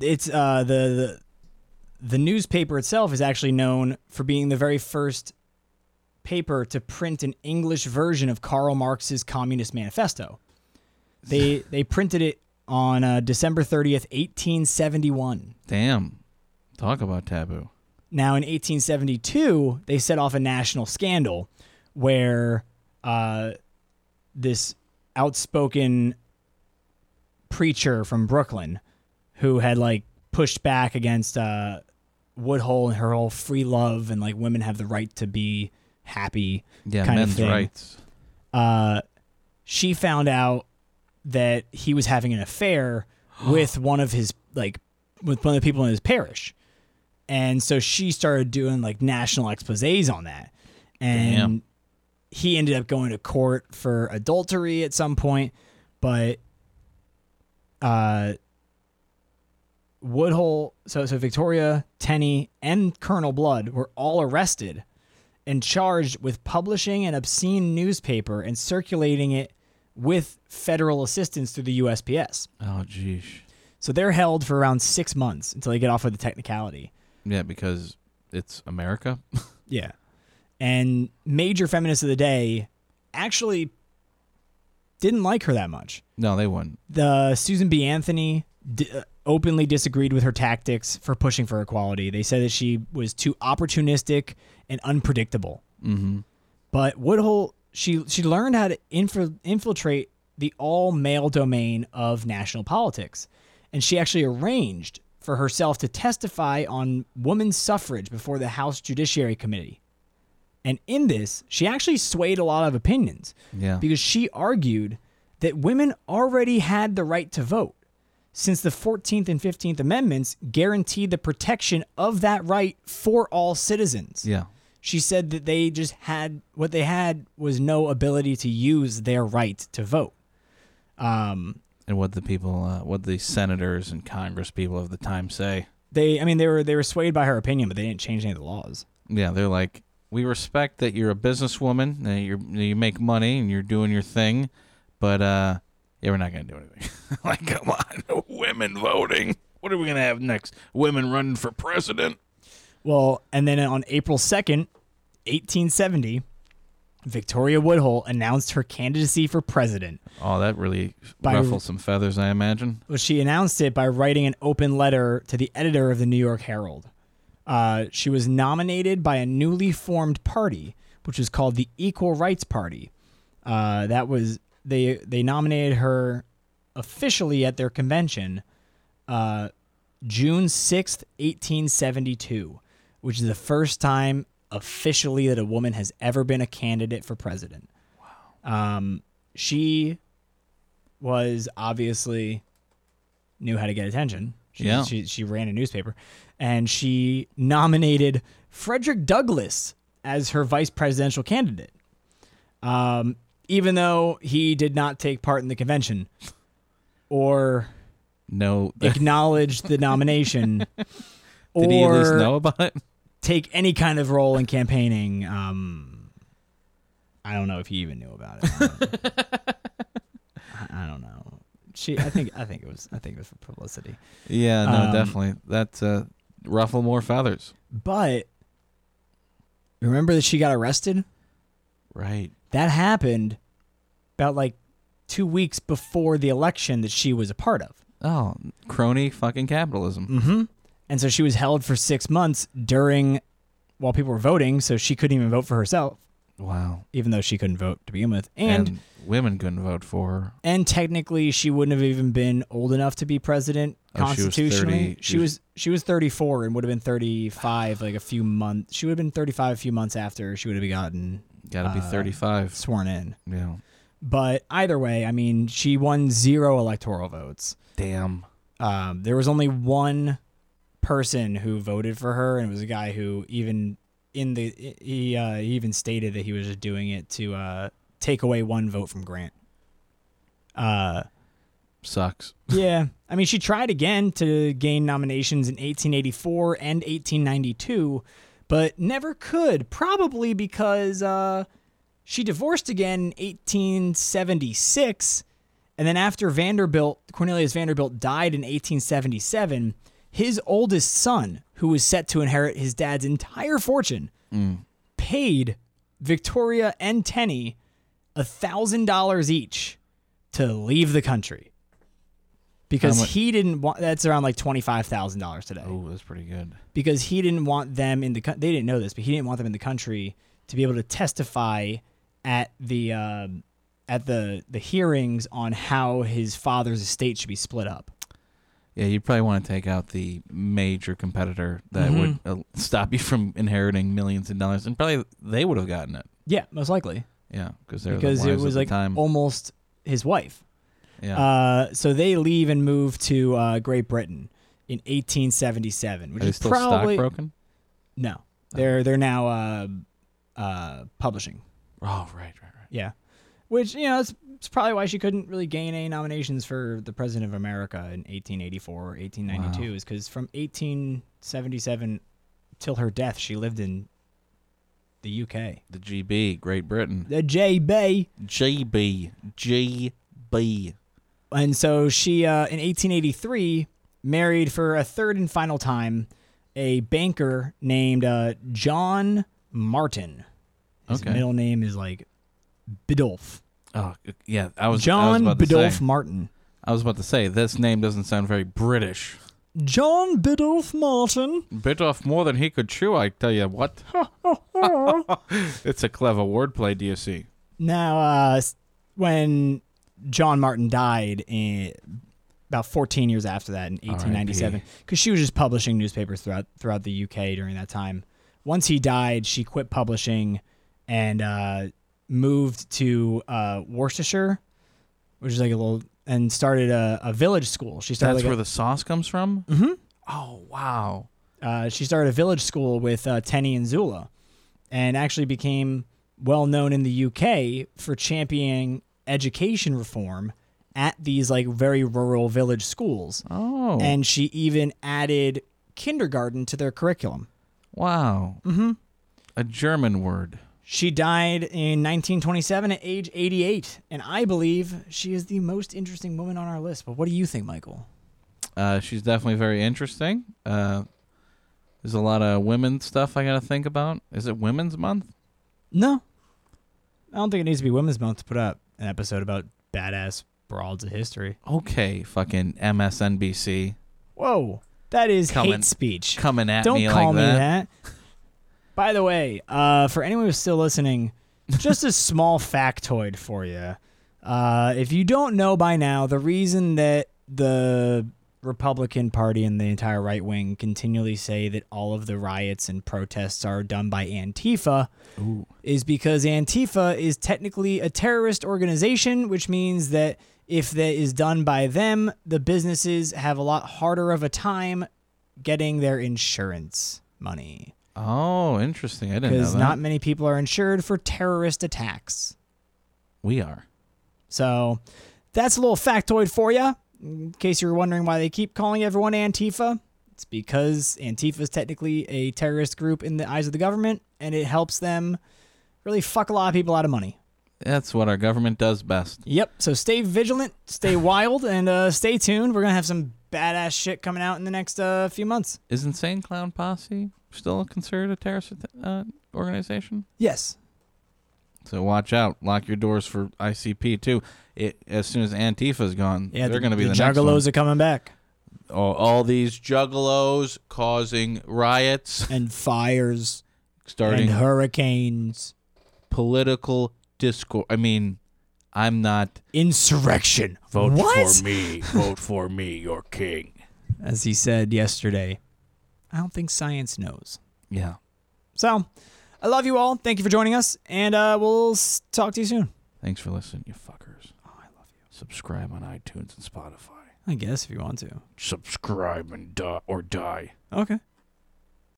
it's uh, the, the the newspaper itself is actually known for being the very first paper to print an English version of Karl Marx's Communist Manifesto. They they printed it on uh, December thirtieth, eighteen seventy one.
Damn. Talk about taboo.
Now, in 1872, they set off a national scandal where uh, this outspoken preacher from Brooklyn who had like pushed back against uh, Woodhull and her whole free love and like women have the right to be happy
Yeah,
kind of
men's
thing.
rights.
Uh, she found out that he was having an affair with one of his like with one of the people in his parish. And so she started doing like national exposés on that. And
Damn.
he ended up going to court for adultery at some point, but uh Woodhull, so so Victoria, Tenney, and Colonel Blood were all arrested and charged with publishing an obscene newspaper and circulating it with federal assistance through the USPS.
Oh, jeez.
So they're held for around six months until they get off of the technicality.
Yeah, because it's America.
Yeah. And major feminists of the day actually didn't like her that much.
no, they wouldn't.
The Susan B. Anthony d- uh, openly disagreed with her tactics for pushing for equality. They said that she was too opportunistic and unpredictable. Mm-hmm. But Woodhull, she she learned how to infra- infiltrate the all male domain of national politics, and she actually arranged for herself to testify on women's suffrage before the House Judiciary Committee. And in this, she actually swayed a lot of opinions
Yeah.
because she argued that women already had the right to vote since the 14th and 15th Amendments guaranteed the protection of that right for all citizens.
yeah.
She said that they just had what they had was no ability to use their right to vote. Um,
And what the people, uh, what the senators and Congress people of the time say.
they, I mean, they were they were swayed by her opinion, but they didn't change any of the laws.
Yeah, they're like, we respect that you're a businesswoman, that you you make money and you're doing your thing, but uh, yeah, we're not gonna do anything. like, come on, women voting. What are we gonna have next? Women running for president?
Well, and then on April 2nd, 1870, Victoria Woodhull announced her candidacy for president.
Oh, that really
By-
ruffled some feathers, I imagine.
Well, she announced it by writing an open letter to the editor of the New York Herald. Uh, she was nominated by a newly formed party, which was called the Equal Rights Party. Uh, that was they they nominated her officially at their convention, uh, June sixth, eighteen seventy two, which is the first time officially that a woman has ever been a candidate for president. Wow. Um, she was obviously knew how to get attention. She,
Yeah.
she, she ran a newspaper and she nominated Frederick Douglass as her vice presidential candidate. Um, even though he did not take part in the convention or
No, did
acknowledge the nomination or
he at least know about it?
take any kind of role in campaigning. Um, I don't know if he even knew about it. I don't know. I- I don't know. She, I think, I think it was, I think it was for publicity.
Yeah, no,
Um,
definitely. That's uh, ruffle more feathers.
But remember that she got arrested.
Right.
That happened about like two weeks before the election that she was a part of.
Oh, crony fucking capitalism.
And so she was held for six months during while people were voting, so she couldn't even vote for herself,
Wow.
even though she couldn't vote to begin with. And and,
women couldn't vote for her.
technically she wouldn't have even been old enough to be president
Oh, she was 30.
constitutionally.
She
She
was-
was she was thirty four and would have been thirty five like a few months she would have been thirty five a few months after she would have gotten
Got to be
Uh,
35.
sworn in.
Yeah.
But either way, I mean she won zero electoral votes.
Damn.
um, there was only one person who voted for her, and it was a guy who even in the he uh, he even stated that he was just doing it to uh, take away one vote from Grant. Uh,
Sucks.
yeah, I mean, she tried again to gain nominations in 1884 and 1892, but never could. Probably because uh, she divorced again in 1876, and then after Vanderbilt, Cornelius Vanderbilt died in 1877. His oldest son, who was set to inherit his dad's entire fortune,
Mm.
paid Victoria and Tenney thousand dollars each to leave the country because
How mu-
he didn't want that's around like $25,000 today
Oh, that's pretty good.
because he didn't want them in the coun- they didn't know this but he didn't want them in the country to be able to testify at the um at the the hearings on how his father's estate should be split up
Yeah, you probably want to take out the major competitor that would
Mm-hmm.
uh, stop you from inheriting millions of dollars, and probably they would have gotten it.
yeah most likely
Yeah, because they were
because
the
it
wives
was
at
like
the time.
almost his wife
yeah,
Uh, so they leave and move to uh, Great Britain in 1877,
are
which
they
is
still Oh.
probably
stockbroken?
no. They're they're now uh, uh, publishing.
Oh, right, right, right.
Yeah, which you know it's it's probably why she couldn't really gain any nominations for the President of America in 1884 or 1892 is because from 1877 till her death, she lived in the UK.
The GB, Great Britain.
The JB.
GB, GB.
And so she, uh, in 1883, married for a third and final time a banker named uh, John Martin. His
Okay.
middle name is like Bidolf.
Oh yeah, I was
John
I was about to
Bidolf
say-
Martin.
I was about to say this name doesn't sound very British.
John Bidolf Martin.
Bit off more than he could chew, I tell you what. it's a clever wordplay, do you see?
Now, uh, s- when John Martin died in about 14 years after that in 1897, because she was just publishing newspapers throughout throughout the UK during that time. Once he died, she quit publishing and uh, moved to uh, Worcestershire, which is like a little, and started a, a village school. She started
That's
like
where
a-
the sauce comes from. Mm-hmm. Oh wow.
uh, she started a village school with uh, Tenny and Zula, and actually became well known in the UK for championing education reform at these like very rural village schools.
Oh
And she even added kindergarten to their curriculum.
wow. Mm-hmm. A German word.
She died in 1927 at age 88, and I believe she is the most interesting woman on our list. But what do you think, Michael?
Uh, she's definitely very interesting. Uh, there's a lot of women stuff I gotta think about. Is it Women's Month?
No, I don't think it needs to be Women's Month to put up an episode about badass broads of history.
Okay, fucking MSNBC
Whoa, that is
Coming-
hate speech.
coming at
Don't
me
call
like
me
that.
that. By the way, uh, for anyone who's still listening, just a small factoid for you. Uh, if you don't know by now, the reason that the Republican Party and the entire right wing continually say that all of the riots and protests are done by Antifa is because Antifa is technically a terrorist organization, which means that if that is done by them, the businesses have a lot harder of a time getting their insurance money
Oh, interesting. I didn't know
because
that.
not many people are insured for terrorist attacks.
we are.
So that's a little factoid for you. In case you're wondering why they keep calling everyone Antifa, it's because Antifa is technically a terrorist group in the eyes of the government, and it helps them really fuck a lot of people out of money.
That's what our government does best.
Yep. So stay vigilant, stay wild, and uh, stay tuned. We're gonna have some badass shit coming out in the next uh, few months.
Is Insane Clown Posse still considered a terrorist uh, organization?
Yes.
So watch out. Lock your doors for ICP too. It, as soon as Antifa's gone,
Yeah.
they're
the-
going to be
the,
the,
juggalos
next
are coming back,
one. All, all these juggalos causing riots,
and fires,
starting
and uh, hurricanes,
political discord. I mean, I'm not.
insurrection.
Vote
what?
for me. Vote for me, your king.
as he said yesterday, I don't think science knows.
Yeah.
So, I love you all. Thank you for joining us, and uh, we'll s- talk to you soon.
Thanks for listening, you fuckers. Oh, I love you. Subscribe on iTunes and Spotify.
I guess if you want to.
Subscribe and die or die.
Okay.